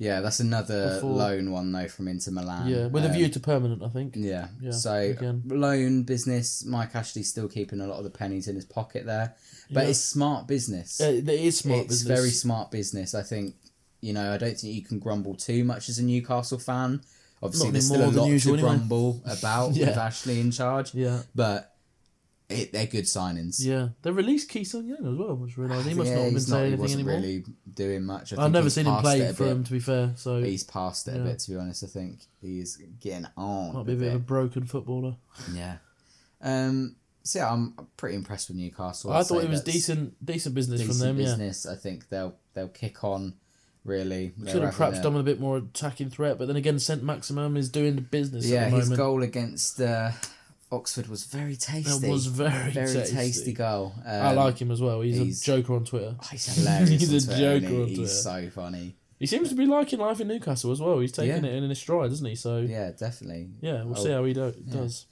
A: Yeah, that's another
B: Before-
A: loan one though from Inter
B: that.
A: Milan.
B: yeah, with a
A: Um,
B: view to permanent, I think.
A: Yeah.
B: Yeah,
A: so
B: again.
A: loan business. Mike Ashley's still keeping a lot of the pennies in his pocket there, but
B: Yeah.
A: it's smart business.
B: Uh, it is smart
A: it's
B: business.
A: very smart business. I think you know. I don't think you can grumble too much as a Newcastle fan. Obviously,
B: Not
A: there's still
B: more
A: a
B: than
A: lot
B: usual,
A: to
B: anyway.
A: grumble about
B: <laughs> Yeah.
A: with Ashley in charge,
B: yeah,
A: but it, they're good signings.
B: yeah. They released Ki Sung Young as well. I just realised he must
A: Yeah,
B: not have been
A: he's
B: saying
A: he
B: anything
A: wasn't
B: anymore.
A: really doing much. I
B: I've
A: think
B: never
A: he's
B: seen him
A: passed it
B: play
A: a
B: for
A: bit.
B: him. To be fair, so
A: He's passed it a
B: Yeah.
A: bit, to be honest. I think he's getting on.
B: might be a bit of a broken footballer.
A: Yeah. Um. So yeah, I'm pretty impressed with Newcastle.
B: I
A: I'd
B: thought
A: say
B: it was
A: that's
B: decent, decent business
A: decent
B: from them. Yeah,
A: business. I think they'll they'll kick on. Really, They're
B: could have
A: having
B: perhaps
A: a-
B: done with a bit more attacking threat, but then again, Saint Maximum is doing the business.
A: Yeah,
B: at the
A: his
B: moment.
A: goal against uh, Oxford was very tasty.
B: that was very,
A: very tasty, goal. Um,
B: I like him as well. He's,
A: he's- Oh,
B: a joker on Twitter.
A: He's hilarious.
B: <laughs> He's
A: on
B: a
A: Twitter, isn't
B: joker
A: he?
B: on Twitter.
A: He's so funny.
B: He seems to be liking life in Newcastle as well. He's taking
A: Yeah.
B: it in his stride, isn't he? So yeah,
A: Yeah, definitely.
B: we'll
A: Oh,
B: see how he do- does.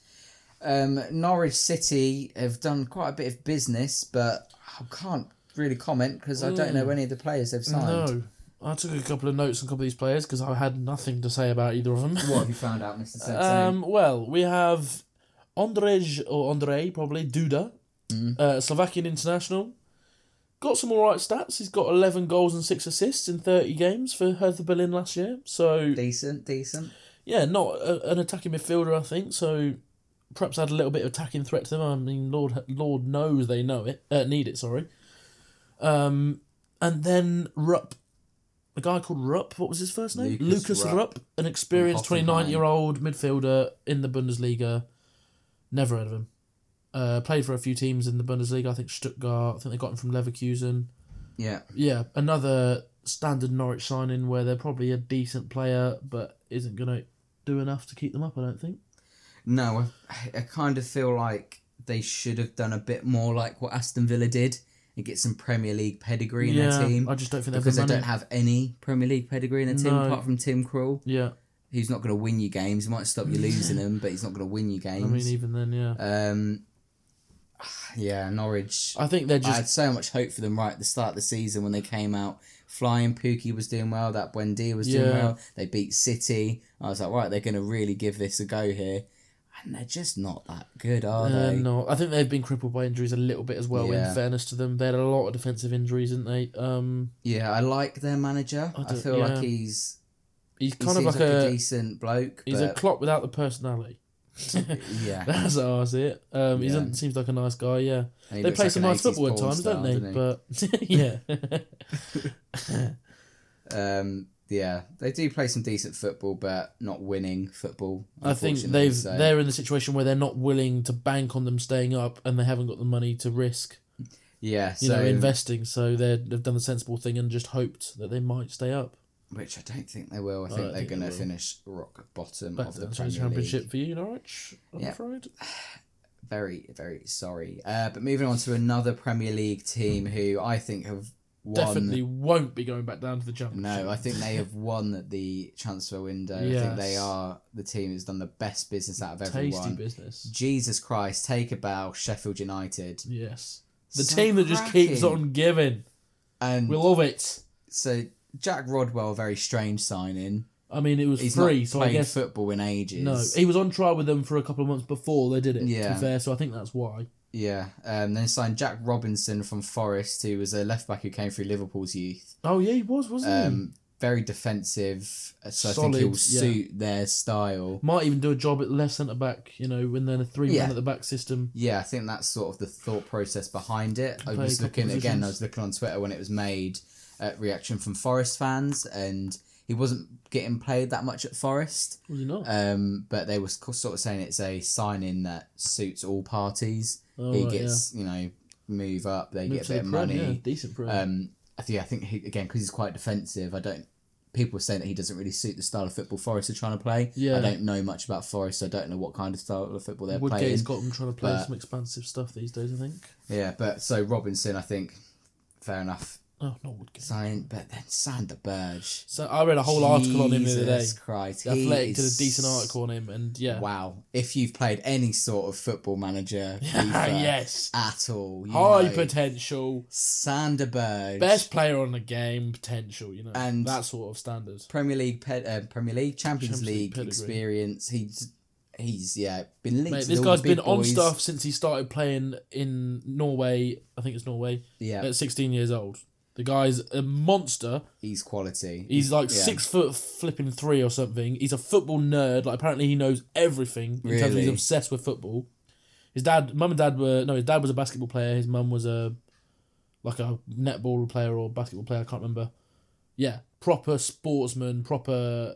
A: Um, Norwich City have done quite a bit of business, but I can't really comment because I don't
B: Mm.
A: know any of the players they've signed.
B: No, I took a couple of notes on a couple of these players because I had nothing to say about either of them.
A: What have you found out, Mister Sensei?
B: Um, well, we have Andrej or Andrei probably Duda, uh, Slovakian international. Got some alright stats. He's got eleven goals and six assists in thirty games for Hertha Berlin last year. So
A: decent, decent.
B: yeah, not a, an attacking midfielder, I think. So perhaps add a little bit of attacking threat to them. I mean, Lord, Lord knows they know it, uh, need it. Sorry. Um, and then Rupp, a guy called Rupp. What was his first name?
A: Lucas
B: Lucas,
A: Rupp.
B: Rupp. an experienced
A: From Hoffenheim.
B: twenty-nine-year-old midfielder in the Bundesliga. Never heard of him. Uh, played for a few teams in the Bundesliga. I think Stuttgart. I think they got him from Leverkusen.
A: Yeah,
B: Yeah, another standard Norwich signing where they're probably a decent player, but isn't going to do enough to keep them up. I don't think.
A: no, I, I kind of feel like they should have done a bit more like what Aston Villa did and get some Premier League pedigree in
B: yeah,
A: their team
B: I just don't think they've
A: because
B: the
A: they
B: money.
A: don't have any Premier League pedigree in their team
B: No.
A: apart from Tim Krul,
B: yeah,
A: who's not going to win you games. He might stop you losing them, but he's not going to win you
B: I
A: games.
B: mean, even then, yeah.
A: um, yeah, Norwich.
B: I think they're
A: I
B: just
A: had so much hope for them right at the start of the season when they came out flying. Pookie was doing well. That Buendia was doing
B: Yeah.
A: well. They beat City. I was like, right, they're going to really give this a go here. And they're just not that good, are
B: uh,
A: they?
B: no. I think they've been crippled by injuries a little bit as well.
A: Yeah.
B: In fairness to them, they had a lot of defensive injuries, didn't they? Um,
A: Yeah, I like their manager.
B: I
A: I,
B: do-
A: feel
B: yeah.
A: like he's
B: he's
A: he
B: kind of
A: seems
B: like,
A: like,
B: a,
A: a, decent bloke.
B: he's a
A: but
B: clock without the personality. <laughs>
A: yeah,
B: That's how I see it. Um, he
A: Yeah.
B: doesn't seems like a nice guy. Yeah.
A: And he
B: they
A: looks
B: play
A: like
B: some
A: an 80s
B: nice football at
A: porn
B: times,
A: star,
B: don't they?
A: doesn't he?
B: But <laughs> yeah,
A: um, yeah, they do play some decent football, but not winning football.
B: I think
A: unfortunately,
B: they've
A: so-
B: they're in the situation where they're not willing to bank on them staying up, and they haven't got the money to risk,
A: yeah,
B: you
A: so
B: know, investing. So they're, they've done the sensible thing and just hoped that they might stay up.
A: which I don't think they will. I
B: don't
A: think they're
B: Oh, think they
A: going to
B: will.
A: finish rock bottom
B: Back
A: of
B: to
A: the
B: the
A: Premier
B: championship
A: League.
B: for you, Norwich. I'm
A: Yeah.
B: afraid.
A: Very, very sorry. Uh, but moving on to another Premier League team who I think have won.
B: Definitely won't be going back down to the championship.
A: No, I think they have won the transfer window. I think they
B: Yes.
A: are the team that's done the best business out of
B: tasty
A: everyone.
B: business.
A: Jesus Christ, take a bow, Sheffield United.
B: Yes, the
A: So
B: team that just keeps
A: cracking.
B: on giving.
A: And
B: We love it.
A: so Jack Rodwell, very strange signing.
B: I mean, it was
A: He's
B: free,
A: not
B: so
A: played
B: I guess
A: football in ages.
B: no. He was on trial with them for a couple of months before they did it. To
A: Yeah.
B: be fair, so I think that's why.
A: Yeah, um, then signed Jack Robinson from Forest, who was a left back who came through Liverpool's youth.
B: Oh yeah, he was, wasn't he?
A: Um, very defensive, uh, so I think
B: Solid,
A: he'll
B: yeah.
A: suit their style.
B: Might even do a job at left centre back, you know, when they're a three
A: Yeah.
B: man at the back system.
A: Yeah, I think that's sort of the thought process behind it. I
B: Play a
A: was
B: couple
A: looking again. I
B: positions.
A: was looking on Twitter when it was made at reaction from Forest fans, and he wasn't getting played that much at Forest.
B: Was he not?
A: Um, but they were sc- sort of saying it's a signing that suits all parties.
B: Oh,
A: he
B: right,
A: gets, you know, move up. They
B: yeah. Moved
A: get
B: to
A: a
B: the
A: bit of
B: Prem,
A: money.
B: yeah, decent prem.
A: Um, I think I think he, again because he's quite defensive. I don't. People are saying that he doesn't really suit the style of football Forest are trying to play.
B: Yeah.
A: I don't know much about Forest. So I don't know what kind of style of football they're um, playing.
B: Woodgate's got him trying to play
A: but-
B: some expansive stuff these days, I think.
A: Yeah, but so Robinson, I think, fair enough.
B: Oh, not Woodgate.
A: Sign, but then Sander Burge.
B: So I read a whole article on him the other day.
A: Jesus Christ,
B: The Athletic
A: he
B: did a
A: is-
B: decent article on him, and yeah.
A: Wow, if you've played any sort of football manager, FIFA
B: <laughs> yes.
A: at all, you
B: High
A: know,
B: potential,
A: Sander Burge,
B: best player on the game potential, you know,
A: And-
B: that sort of standard.
A: Premier League, pe- uh, Premier League, Champions,
B: Champions League
A: League,
B: pedigree.
A: experience. He's he's yeah been linked.
B: Mate,
A: to
B: this
A: all
B: guy's
A: the big
B: been on
A: boys.
B: stuff since he started playing in Norway. I think it's Norway
A: Yeah,
B: at 16 years old. The guy's a monster.
A: he's quality.
B: He's like
A: Yeah.
B: six foot flipping three or something. He's a football nerd. Like apparently he knows everything. In terms of he's
A: Really?
B: obsessed with football. His dad, mum and dad were no. His dad was a basketball player. His mum was a like a netball player or basketball player. I can't remember. Yeah, proper sportsman, proper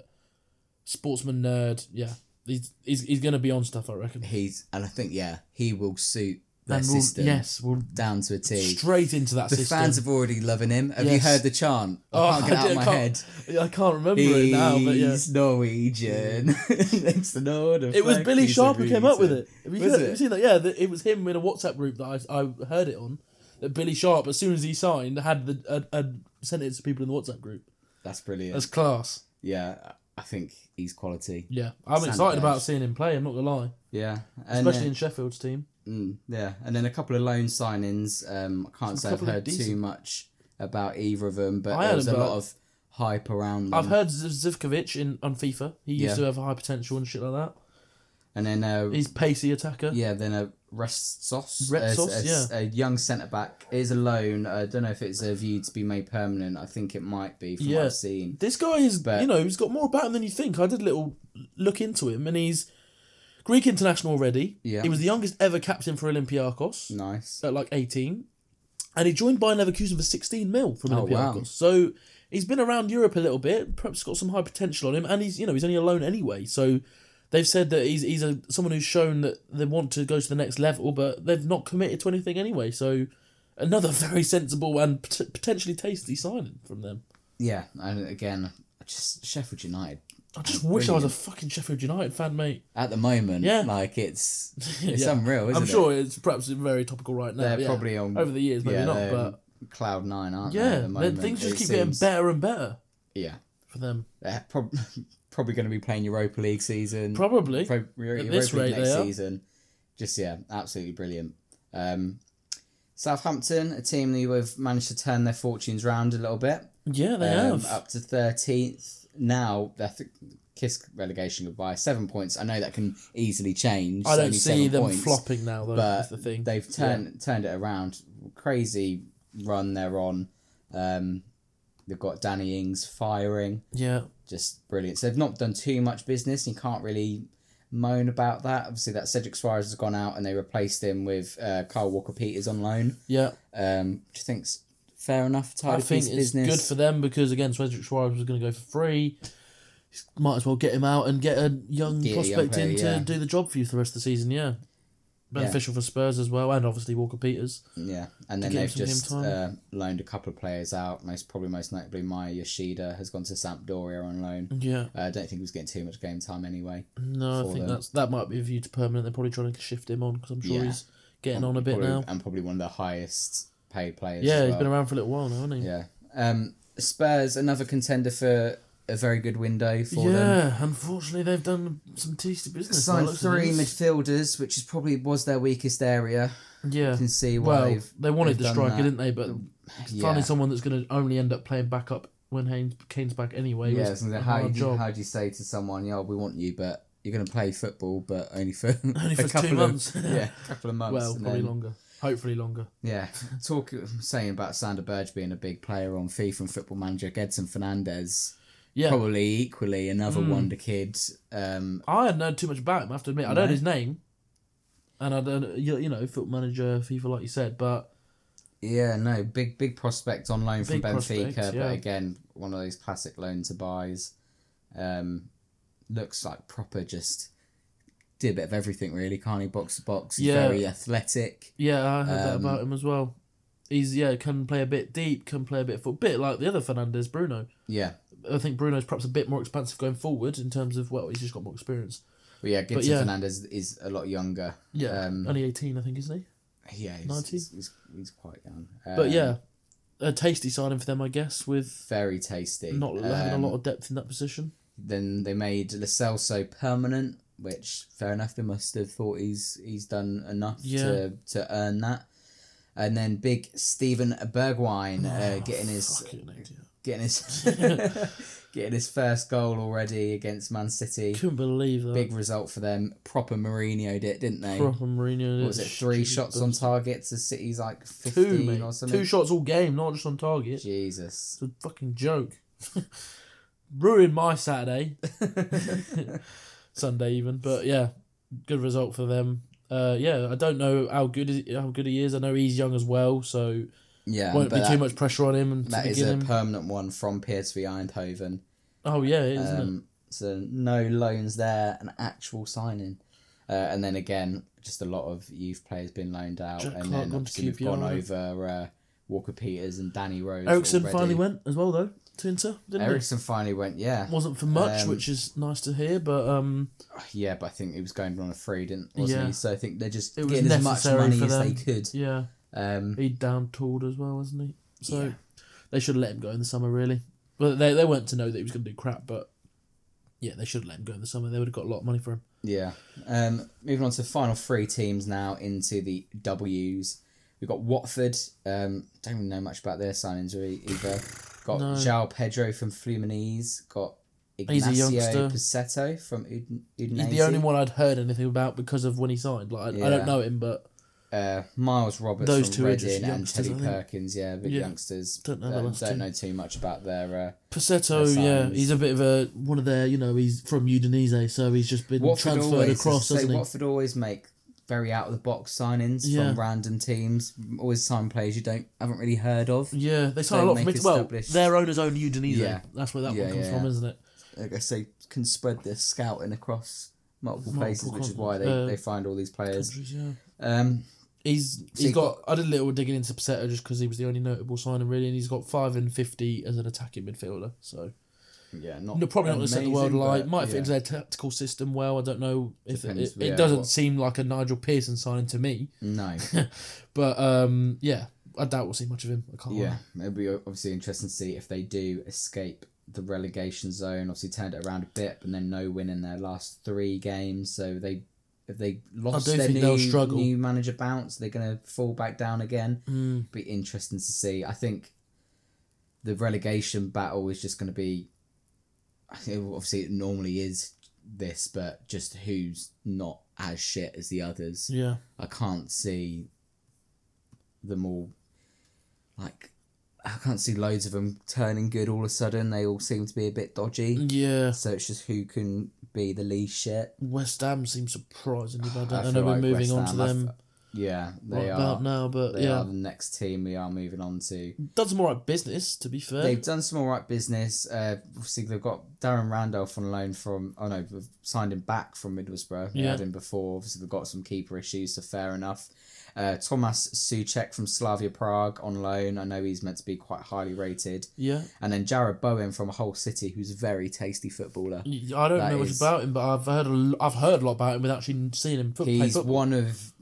B: sportsman nerd. Yeah, he's he's, he's gonna be on stuff. I reckon.
A: He's and I think yeah he will suit their
B: And we'll,
A: system
B: yes, we'll
A: down to a T.
B: straight into that
A: The
B: system.
A: fans have already loving him. Have
B: Yes.
A: you heard the chant? I
B: <laughs> Oh,
A: can't get
B: I
A: it out of
B: did- I
A: my
B: can't-
A: head.
B: I can't remember it
A: He's
B: now, but yeah.
A: Norwegian. <laughs> Next to Nord.
B: It was Billy Sharp who came up with it. Have you,
A: Was
B: seen-
A: it?
B: have you seen that? Yeah, that it was him in a WhatsApp group that I, I heard it on. That Billy Sharp, as soon as he signed, had the had, had sent it to people in the WhatsApp group.
A: That's brilliant.
B: That's class.
A: Yeah, I think he's quality.
B: Yeah, I'm
A: Sand
B: excited about
A: Burge.
B: seeing him play. I'm not gonna lie,
A: Yeah, and
B: especially
A: then,
B: in Sheffield's team.
A: mm, yeah, and then a couple of loan signings. Um, I can't say I've
B: couple of
A: heard too
B: decent-
A: much about either of them, but
B: I
A: there
B: heard
A: was a
B: about-
A: lot of hype around.
B: I've
A: them.
B: heard Z- Zivkovic in on FIFA. He used
A: Yeah.
B: to have high potential and shit like that.
A: and then uh,
B: He's pacey attacker.
A: Yeah, then a Restos,
B: Retsos,
A: a, a young centre back is a loan. I don't know if it's a view to be made permanent. I think it might be from what
B: Yeah.
A: I've seen.
B: This guy is,
A: But-
B: you know, he's got more about him than you think. I did a little look into him, and he's Greek international already.
A: Yeah.
B: He was the youngest ever captain for Olympiakos
A: Nice.
B: at like 18. And he joined Bayern Leverkusen for 16 mil from
A: Oh,
B: Olympiakos.
A: wow.
B: So he's been around Europe a little bit, perhaps got some high potential on him, and he's, you know, he's only alone anyway. So they've said that he's, he's a, someone who's shown that they want to go to the next level, but they've not committed to anything anyway. So another <laughs> very sensible and pot- potentially tasty signing from them.
A: Yeah, and again, just Sheffield United
B: I just wish I was a fucking Sheffield United fan, mate.
A: at the moment.
B: Yeah.
A: like it's it's
B: <laughs> Yeah.
A: unreal, isn't
B: I'm
A: it?
B: sure it's perhaps very topical right now.
A: they're
B: yeah.
A: probably on
B: over the years, maybe
A: yeah,
B: not,
A: they're on
B: but
A: cloud nine, aren't they? at
B: yeah,
A: the
B: then
A: moment,
B: things just
A: it
B: keep
A: seems?
B: getting better and better
A: Yeah,
B: for them.
A: they're prob- <laughs> probably going to be playing Europa League season.
B: Probably.
A: Pro- Europa
B: this
A: League
B: rate,
A: next
B: they are.
A: season. Just yeah, absolutely brilliant. Um, Southampton, a team who have managed to turn their fortunes round a little bit,
B: Yeah, they
A: um,
B: have.
A: up to thirteenth now. They're th- kiss relegation goodbye. Seven points. I know that can easily change.
B: I
A: It's
B: don't
A: only
B: see
A: seven
B: them
A: points,
B: flopping now, though.
A: but
B: That's the thing.
A: They've turned turned it around. Crazy run they're on. Um, they've got Danny Ings firing
B: yeah,
A: just brilliant. So they've not done too much business. And you can't really moan about that. Obviously, that Cedric Suarez has gone out and they replaced him with uh, Kyle Walker Peters on loan,
B: yeah.
A: um, which I think's fair enough. Tidy
B: I think
A: piece
B: it's
A: of business.
B: good for them because again, Cedric Suarez was going to go for free. Might as well get him out and get a young
A: Get a young
B: prospect
A: player,
B: in to
A: yeah.
B: do the job for you for the rest of the season. Yeah, beneficial for Spurs as well, and obviously Walker Peters.
A: yeah, and then
B: give him
A: they've
B: some game
A: just
B: time.
A: uh, loaned a couple of players out. Most probably, most notably, Maya Yoshida has gone to Sampdoria on loan.
B: Yeah,
A: Uh, I don't think he was getting too much game time anyway.
B: no, I
A: For
B: think
A: them.
B: that's that might be a view to permanent. They're probably trying to shift him on because I'm sure
A: Yeah.
B: he's getting on a bit
A: Probably-
B: now.
A: and probably one of the highest paid players.
B: Yeah,
A: as
B: he's
A: well.
B: been around for a little while now, hasn't he?
A: Yeah. Um, Spurs, another contender for a very good window for them.
B: Yeah, unfortunately they've done some tasty business. by the
A: Signed
B: looks of
A: three
B: things.
A: midfielders, which is probably was their weakest area.
B: Yeah,
A: You can see why
B: Well,
A: they've
B: they wanted
A: they've
B: the
A: done
B: striker,
A: that.
B: didn't they? But
A: yeah.
B: finding someone that's going to only end up playing back up when Haynes, Kane's back anyway
A: yeah.
B: was
A: so
B: a
A: how
B: hard
A: do you,
B: job.
A: how do you say to someone, "Yeah, we want you, but you're going to play football, but only for
B: <laughs> only
A: a
B: for
A: couple
B: two months.
A: Of, <laughs> yeah, a couple of months."
B: well,
A: and
B: probably
A: then-
B: longer. Hopefully longer.
A: Yeah, talk saying about Sander Burge being a big player on FIFA and Football Manager. Edson Fernandez
B: Yeah, Hmm.
A: probably equally another wonder kid. Um,
B: I hadn't heard too much about him. I have to admit, I'd
A: No.
B: heard his name, and I don't, you you know, foot manager, FIFA, like you said, but
A: Yeah, no, big big prospect on loan from
B: Big
A: Benfica,
B: prospect, yeah.
A: but again, one of those classic loan to buys. Um, looks like proper just did a bit of everything really. Can't he box to box? He's
B: Yeah.
A: very athletic.
B: yeah, I heard that
A: Um,
B: about him as well. He's yeah can play a bit deep, can play a bit foot, bit like the other Fernandez, Bruno.
A: Yeah.
B: I think Bruno's perhaps a bit more expansive going forward in terms of well, he's just got more experience.
A: But yeah, Gibson
B: yeah.
A: Fernandez is a lot younger.
B: Yeah,
A: Um,
B: only eighteen, I think, isn't he?
A: yeah, he's,
B: 19?
A: he's, he's, he's quite young.
B: But
A: Um,
B: yeah, a tasty signing for them, I guess, with
A: very tasty.
B: not having
A: Um,
B: a lot of depth in that position.
A: Then they made Lacelso permanent, which fair enough. They must have thought he's he's done enough
B: Yeah.
A: to to earn that. And then big Stephen Bergwijn uh,
B: Oh,
A: getting his
B: fucking idiot.
A: getting his
B: <laughs>
A: <laughs> getting his first goal already against Man City.
B: Couldn't believe that.
A: Big result for them. Proper Mourinho did it, didn't they?
B: Proper Mourinho.
A: What was it three
B: Stupid
A: shots on target to City's like
B: Two,
A: fifteen
B: mate.
A: or something?
B: Two shots all game, not just on target.
A: Jesus.
B: It's a fucking joke. <laughs> Ruined my Saturday, <laughs> Sunday even. But yeah, good result for them. Uh, yeah, I don't know how good is, how good he is. I know he's young as well, so
A: yeah,
B: won't
A: Um, but
B: be
A: that,
B: too much pressure on him to
A: that is
B: begin
A: a
B: him.
A: permanent one from PSV Eindhoven.
B: oh yeah, it is, isn't it?
A: Um, so no loans there, an actual signing, uh, and then again, just a lot of youth players been loaned out,
B: Jack
A: and
B: Clark
A: then
B: gone to
A: obviously we've
B: QPR.
A: gone over uh, Walker Peters and Danny Rose.
B: Ericsson
A: already.
B: finally went as well though to Inter, didn't
A: Ericsson finally went. Yeah,
B: he? Wasn't for much,
A: Um,
B: which is nice to hear. But um,
A: yeah, but I think he was going on a free, didn't wasn't
B: Yeah.
A: he? So I think they're just
B: It was
A: getting as much
B: necessary
A: money
B: for
A: as they
B: them.
A: could.
B: yeah,
A: Um,
B: he down tooled as well, wasn't he? So
A: Yeah.
B: they should have let him go in the summer, really. Well, they they weren't to know that he was going to do crap, but yeah, they should have let him go in the summer. They would have got a lot of money for him.
A: Yeah. Um, moving on to the final three teams now into the W's. We've got Watford. Um, don't even know much about their signings really either. Got
B: No.
A: João Pedro from Fluminense. Got
B: He's a
A: Ignacio
B: youngster.
A: Picetto from Udin-
B: He's
A: Udinese.
B: the only one I'd heard anything about because of when he signed. Like I, I
A: Yeah.
B: don't know him, but
A: Uh, Miles Roberts
B: Those
A: from
B: two are just
A: Reading and Teddy
B: youngsters, I think.
A: Perkins. Yeah, big
B: Yeah.
A: youngsters.
B: Don't know the
A: Um,
B: last
A: don't
B: two.
A: know too much about their. Uh,
B: Pasetto,
A: Their
B: yeah,
A: signings.
B: he's a bit of a one of their. You know, he's from Udinese, so he's just been
A: Watford
B: transferred
A: always
B: across,
A: so
B: hasn't he?
A: Watford always make very out of the box signings
B: Yeah.
A: from random teams. Always sign players you don't haven't really heard of.
B: Yeah, they sign a
A: Don't
B: lot from
A: make
B: it. Well,
A: established-
B: their owner's own Udinese.
A: Yeah.
B: That's where that
A: Yeah,
B: one comes
A: yeah,
B: from,
A: yeah.
B: isn't it?
A: I guess they can spread their scouting across multiple,
B: Multiple
A: places, which is why they,
B: continents. Uh,
A: they find all these players.
B: Countries, yeah.
A: Um,
B: He's
A: So
B: he's
A: you've
B: got. I did a little digging into Pasetto just because he was the only notable signing really, and he's got five and fifty as an attacking midfielder. So
A: yeah, not
B: no, probably not going to set the world
A: amazing,
B: alight.
A: but
B: Might fit
A: yeah.
B: into their tactical system well. I don't know if it,
A: Depends,
B: it, it
A: yeah,
B: doesn't
A: what-
B: seem like a Nigel Pearson signing to me,
A: No,
B: but um, yeah, I doubt we'll see much of him. I can't.
A: yeah,
B: lie.
A: it'll be obviously interesting to see if they do escape the relegation zone. Obviously, turned it around a bit, and then no win in their last three games. So they if they lost
B: do
A: their
B: think
A: new,
B: they'll struggle.
A: new manager bounce, they're going to fall back down again.
B: Mm,
A: Be interesting to see. I think the relegation battle is just going to be. I think obviously it normally is this, but just who's not as shit as the others.
B: yeah.
A: I can't see them all. Like, I can't see loads of them turning good all of a sudden. They all seem to be a bit dodgy.
B: Yeah.
A: So it's just who can be the least shit.
B: West Ham seems surprisingly bad.
A: I
B: I, know
A: feel
B: we're
A: like
B: moving
A: West
B: on
A: Ham,
B: to
A: I
B: them
A: Yeah,
B: right
A: they
B: about
A: are.
B: now, but
A: They
B: yeah,
A: are the next team we are moving on to.
B: done some alright business to be fair.
A: They've done some all right business. Uh, obviously, they've got Darren Randolph on loan from. Oh no, we've signed him back from Middlesbrough. We
B: Yeah.
A: had him before. Obviously, they've got some keeper issues, so fair enough. Uh, Thomas Suchek from Slavia Prague on loan. I know he's meant to be quite highly rated.
B: yeah,
A: And then Jared Bowen from Hull City, who's a very tasty footballer.
B: I don't
A: That
B: know much
A: is-
B: about him, but I've heard a l- I've heard a lot about him without actually seeing him foot, play
A: He's
B: football.
A: one of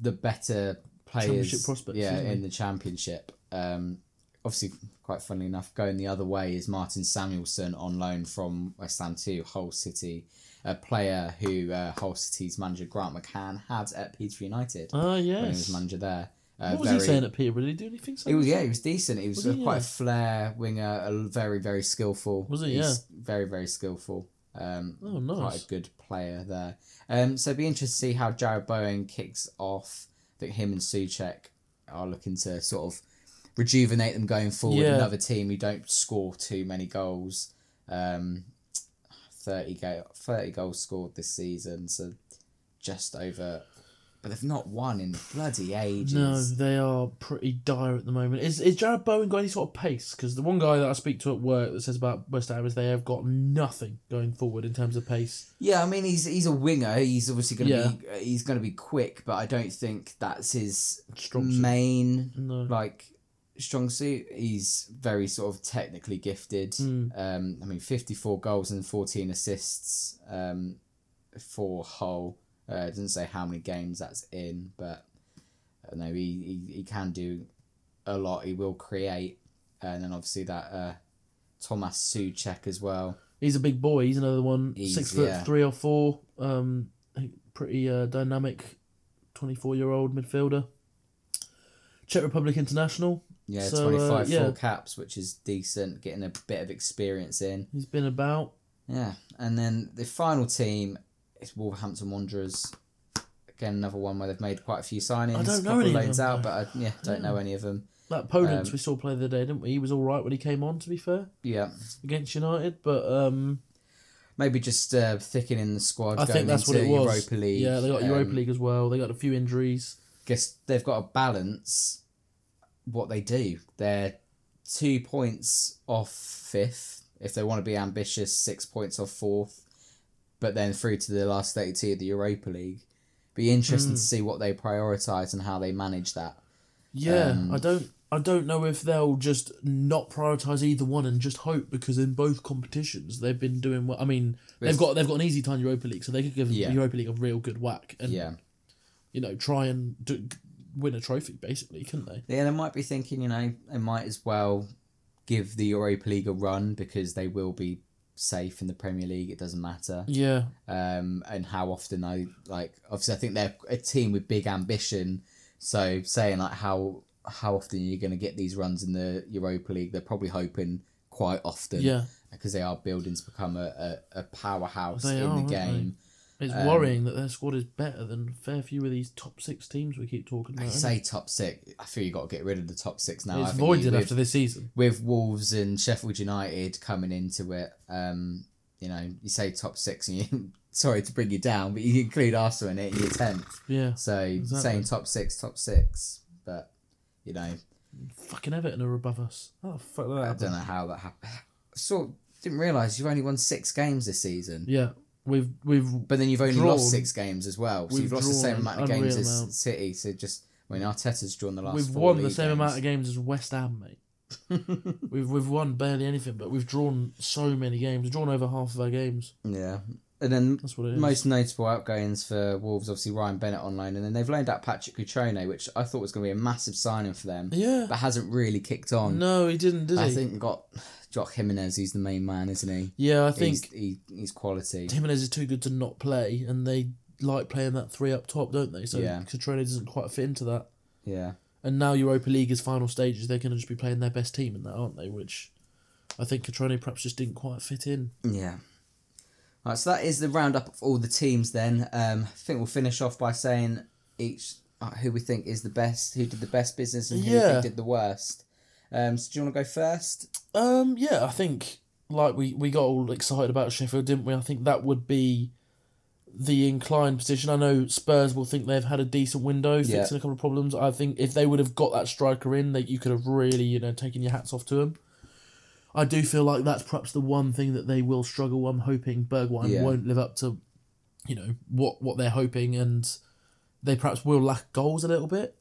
A: the better players.
B: Championship prospects,
A: Yeah,
B: isn't he?
A: in the championship. Um, obviously, quite funnily enough, going the other way is Martin Samuelson on loan from West Ham to Hull City, a player who uh, Hull City's manager Grant McCann had at Peter United
B: Ah,
A: when he was
B: yes.
A: manager there. Uh,
B: What was he
A: very-
B: saying at Peterborough? Did he do anything?
A: He was yeah, he was decent. He was,
B: Was he?
A: uh, quite
B: Yeah.
A: a flair winger, a l- very very skillful.
B: Was he?
A: He's very very skillful. Um,
B: Oh,
A: quite
B: nice.
A: a good player there. Um, so it'd be interesting to see how Jared Bowen kicks off. I think him and Suchek are looking to sort of rejuvenate them going forward.
B: Yeah.
A: Another team who don't score too many goals. Um, 30, go- 30 goals scored this season, so just over but they've not won in bloody ages.
B: No, they are pretty dire at the moment. Is is Jared Bowen got any sort of pace? Because the one guy that I speak to at work that says about West Ham is they have got nothing going forward in terms of pace.
A: Yeah, I mean he's he's a winger. He's obviously going to
B: Yeah.
A: be uh, he's going to be quick, but I don't think that's his
B: Strong suit.
A: main
B: No.
A: like strong suit. He's very sort of technically gifted.
B: Mm.
A: Um, I mean, fifty four goals and fourteen assists um, for Hull. Uh, it doesn't say how many games that's in, but I don't know he, he he can do a lot. He will create, and then obviously that uh, Thomas Suchek as well.
B: He's a big boy. He's another one,
A: He's-
B: six foot
A: yeah.
B: three or four. Um, pretty uh, dynamic, twenty four year old midfielder. Czech Republic international.
A: Yeah,
B: So, uh,
A: twenty five
B: yeah.
A: full caps, which is decent. Getting a bit of experience in.
B: He's been about.
A: Yeah, and then the final team is Wolverhampton Wanderers. Again, another one where they've made quite a few signings.
B: I don't know
A: couple
B: any of
A: loans
B: them,
A: out,
B: though.
A: but I, yeah, don't know any of them.
B: That Podence
A: Um,
B: we saw play the other day, didn't we? He was all right when he came on. To be fair,
A: Yeah,
B: against United, but um,
A: maybe just uh, thickening the squad.
B: I
A: going
B: think that's what
A: into
B: it was.
A: Europa League.
B: Yeah, they got Europa
A: Um,
B: League as well. They got a few injuries.
A: Guess they've got to balance what they do. They're two points off fifth. If they want to be ambitious, six points off fourth, but then through to the last thirty-two of the Europa League. Be interesting to see what they prioritise and how they manage that.
B: Yeah,
A: Um,
B: I don't. I don't know if they'll just not prioritize either one and just hope because in both competitions they've been doing well. I mean, they've
A: It's-
B: got they've got an easy time Europa League, so they could give
A: Yeah.
B: Europa League a real good whack and
A: Yeah.
B: you know try and do, win a trophy basically, couldn't they?
A: Yeah, they might be thinking, you know, they might as well give the Europa League a run because they will be safe in the Premier League. It doesn't matter.
B: Yeah,
A: Um, and how often they like, obviously, I think they're a team with big ambition. So saying like how how often you're going to get these runs in the Europa League, they're probably hoping quite often.
B: yeah.
A: Because they are building to become a, a, a powerhouse
B: They
A: in
B: are,
A: the
B: aren't they?
A: game.
B: It's
A: Um,
B: worrying that their squad is better than a fair few of these top six teams we keep talking
A: I
B: about. isn't it?
A: say top six. I feel you got to get rid of the top six now. I
B: it's
A: think you-
B: voided
A: with-
B: after this season.
A: with Wolves and Sheffield United coming into it, um, you know, you say top six, and you <laughs> sorry to bring you down, but you include Arsenal in it, and you're tenth.
B: Yeah,
A: So
B: Exactly.
A: saying top six, top six, but you know,
B: fucking Everton are above us. Oh, How the fuck did that
A: I
B: happen?
A: don't know how that happened. Sort didn't realise you've only won six games this season,
B: Yeah, we've we've
A: but then you've only
B: Drawn.
A: lost six games as well. So
B: We've
A: you've lost the same
B: drawn
A: amount of
B: unreal
A: games
B: amount.
A: as City. So just. I mean, Arteta's drawn the last.
B: we've
A: four
B: won the
A: league
B: same
A: games.
B: amount of games as West Ham, mate. <laughs> we've we've won barely anything, but we've drawn so many games. We've drawn over half of our games.
A: Yeah, and then
B: That's what it is.
A: most notable outgoings for Wolves, obviously Ryan Bennett on loan, and then they've loaned out Patrick Cutrone, which I thought was going to be a massive signing for them,
B: yeah.
A: but hasn't really kicked on.
B: No, he didn't, did he?
A: I think got Jock Jimenez, he's the main man, isn't he?
B: yeah, I think
A: he's, he, he's quality.
B: Jimenez is too good to not play, and they like playing that three up top, don't they? So
A: Yeah.
B: Cotrone doesn't quite fit into that.
A: Yeah,
B: And now Europa League is final stages. They're going to just be playing their best team in that, aren't they? Which I think Cotrone perhaps just didn't quite fit in.
A: yeah. All right, so that is the roundup of all the teams. Then um, I think we'll finish off by saying each uh, who we think is the best, who did the best business, and who we
B: Yeah.
A: think did the worst. Um, so do you want to go first?
B: Um, yeah, I think like we we got all excited about Sheffield, didn't we? I think that would be the inclined position. I know Spurs will think they've had a decent window,
A: Yeah.
B: fixing a couple of problems. I think if they would have got that striker in, that you could have really you know taken your hats off to them. I do feel like that's perhaps the one thing that they will struggle. I'm hoping Bergwijn
A: Yeah.
B: won't live up to, you know, what what they're hoping, and they perhaps will lack goals a little bit.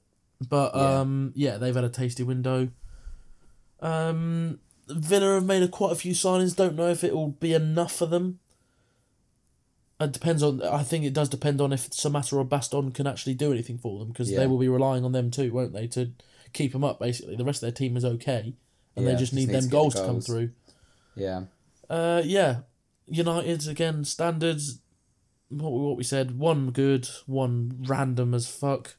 B: But
A: Yeah.
B: um, yeah, they've had a tasty window. Um, Villa have made a, quite a few signings. Don't know if it will be enough for them. It depends on. I think it does depend on if Samata or Baston can actually do anything for them because
A: Yeah.
B: they will be relying on them too, won't they, to keep them up. Basically, the rest of their team is okay, and
A: Yeah,
B: they just
A: just
B: need
A: need
B: them
A: to get the
B: goals, to come
A: goals.
B: through.
A: Yeah,
B: Uh, yeah, United again. Standards. What we what we said. One good, one random
A: <laughs>
B: as fuck.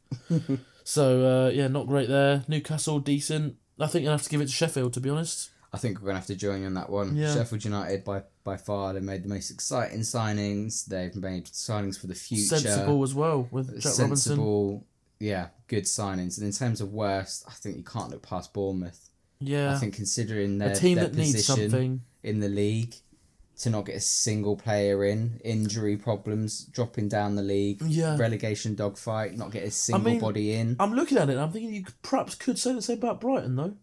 B: so uh, yeah, not great there. Newcastle decent. I think you'll have to give it to Sheffield to be honest.
A: I think we're gonna have to join you on that one.
B: Yeah.
A: Sheffield United by by far they made the most exciting signings. They've made signings for the future.
B: Sensible as well with Jack Robinson.
A: sensible, yeah, good signings. And in terms of worst, I think you can't look past Bournemouth.
B: Yeah,
A: I think considering their,
B: a team
A: their
B: that needs
A: position
B: something.
A: in the league, to not get a single player in, injury problems, dropping down the league,
B: Yeah.
A: relegation dogfight, not get a single
B: mean-
A: body in.
B: I'm looking at it and I'm thinking you could, perhaps could say the same about Brighton, though.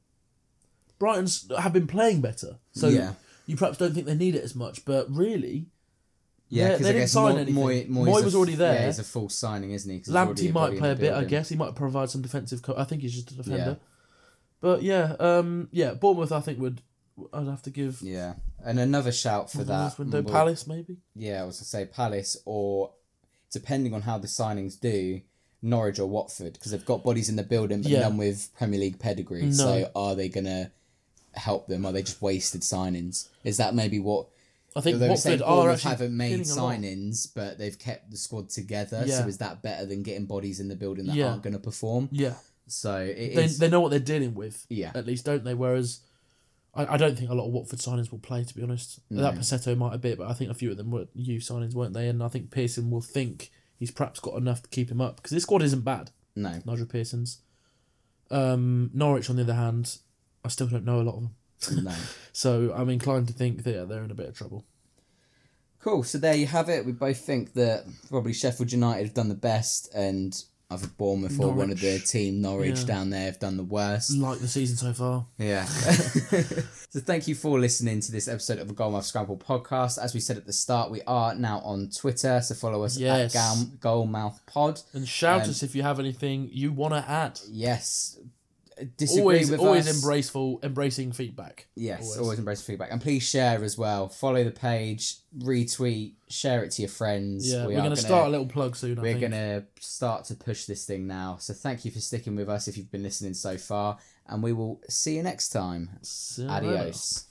B: Brighton's have been playing better. So
A: Yeah.
B: you perhaps don't think they need it as much, but really,
A: Yeah,
B: they-
A: because
B: they
A: I
B: didn't
A: guess
B: sign
A: Moy,
B: anything.
A: Moy, Moy's
B: Moy
A: a-
B: was already there.
A: Yeah, he's a full signing, isn't he? 'Cause he's already
B: Lamptey might
A: body in
B: play
A: the
B: a bit, I
A: building.
B: guess. He might provide some defensive. Co- I think he's just a defender. But yeah, um, yeah, Bournemouth, I think, would. I'd have to give
A: Yeah, and another shout for that.
B: this window
A: we'll-
B: Palace, maybe.
A: yeah, I was gonna say Palace or depending on how the signings do, Norwich or Watford because they've got bodies in the building but
B: Yeah.
A: none with Premier League pedigree.
B: No.
A: So are they gonna help them? Are they just wasted signings? Is that maybe what?
B: I think
A: Although we say
B: Watford are
A: Bournemouth
B: actually
A: haven't made
B: killing a lot.
A: signings, but they've kept the squad together. So
B: Yeah.
A: is that better than getting bodies in the building that
B: Yeah.
A: aren't going to perform?
B: Yeah,
A: So it
B: they,
A: is.
B: they know what they're dealing with.
A: yeah,
B: at least, don't they? Whereas, I, I don't think a lot of Watford signings will play. To be honest, that Pasetto might a bit, but I think a few of them were you signings, weren't they? And I think Pearson will think he's perhaps got enough to keep him up because this squad isn't bad.
A: no.
B: Nigel Pearson's, um, Norwich on the other hand, I still don't know a lot of them,
A: No.
B: so I'm inclined to think that yeah, they're in a bit of trouble.
A: Cool. So there you have it. We both think that probably Sheffield United have done the best, and either Bournemouth or one of their
B: Norwich.
A: team, Norwich,
B: Yeah. Mm.
A: down there have done the worst.
B: Like the season so far, <laughs>
A: Yeah. <laughs> so thank you for listening to this episode of the Goalmouth Scramble podcast. As we said at the start, we are now on Twitter, so follow us
B: Yes.
A: at Gam- Goalmouth Pod.
B: and shout
A: Um,
B: us if you have anything you want to add.
A: Yes. Disagree
B: Always,
A: with
B: always
A: us.
B: embraceful, embracing feedback.
A: Yes,
B: Always.
A: always. embrace feedback. And please share as well. Follow the page, retweet, share it to your friends.
B: Yeah,
A: We
B: we're
A: are
B: gonna, start a little plug soon. I
A: We're going
B: think.
A: to start to push this thing now. So thank you for sticking with us if you've been listening so far. And we will see you next time.
B: See you later.
A: Adios.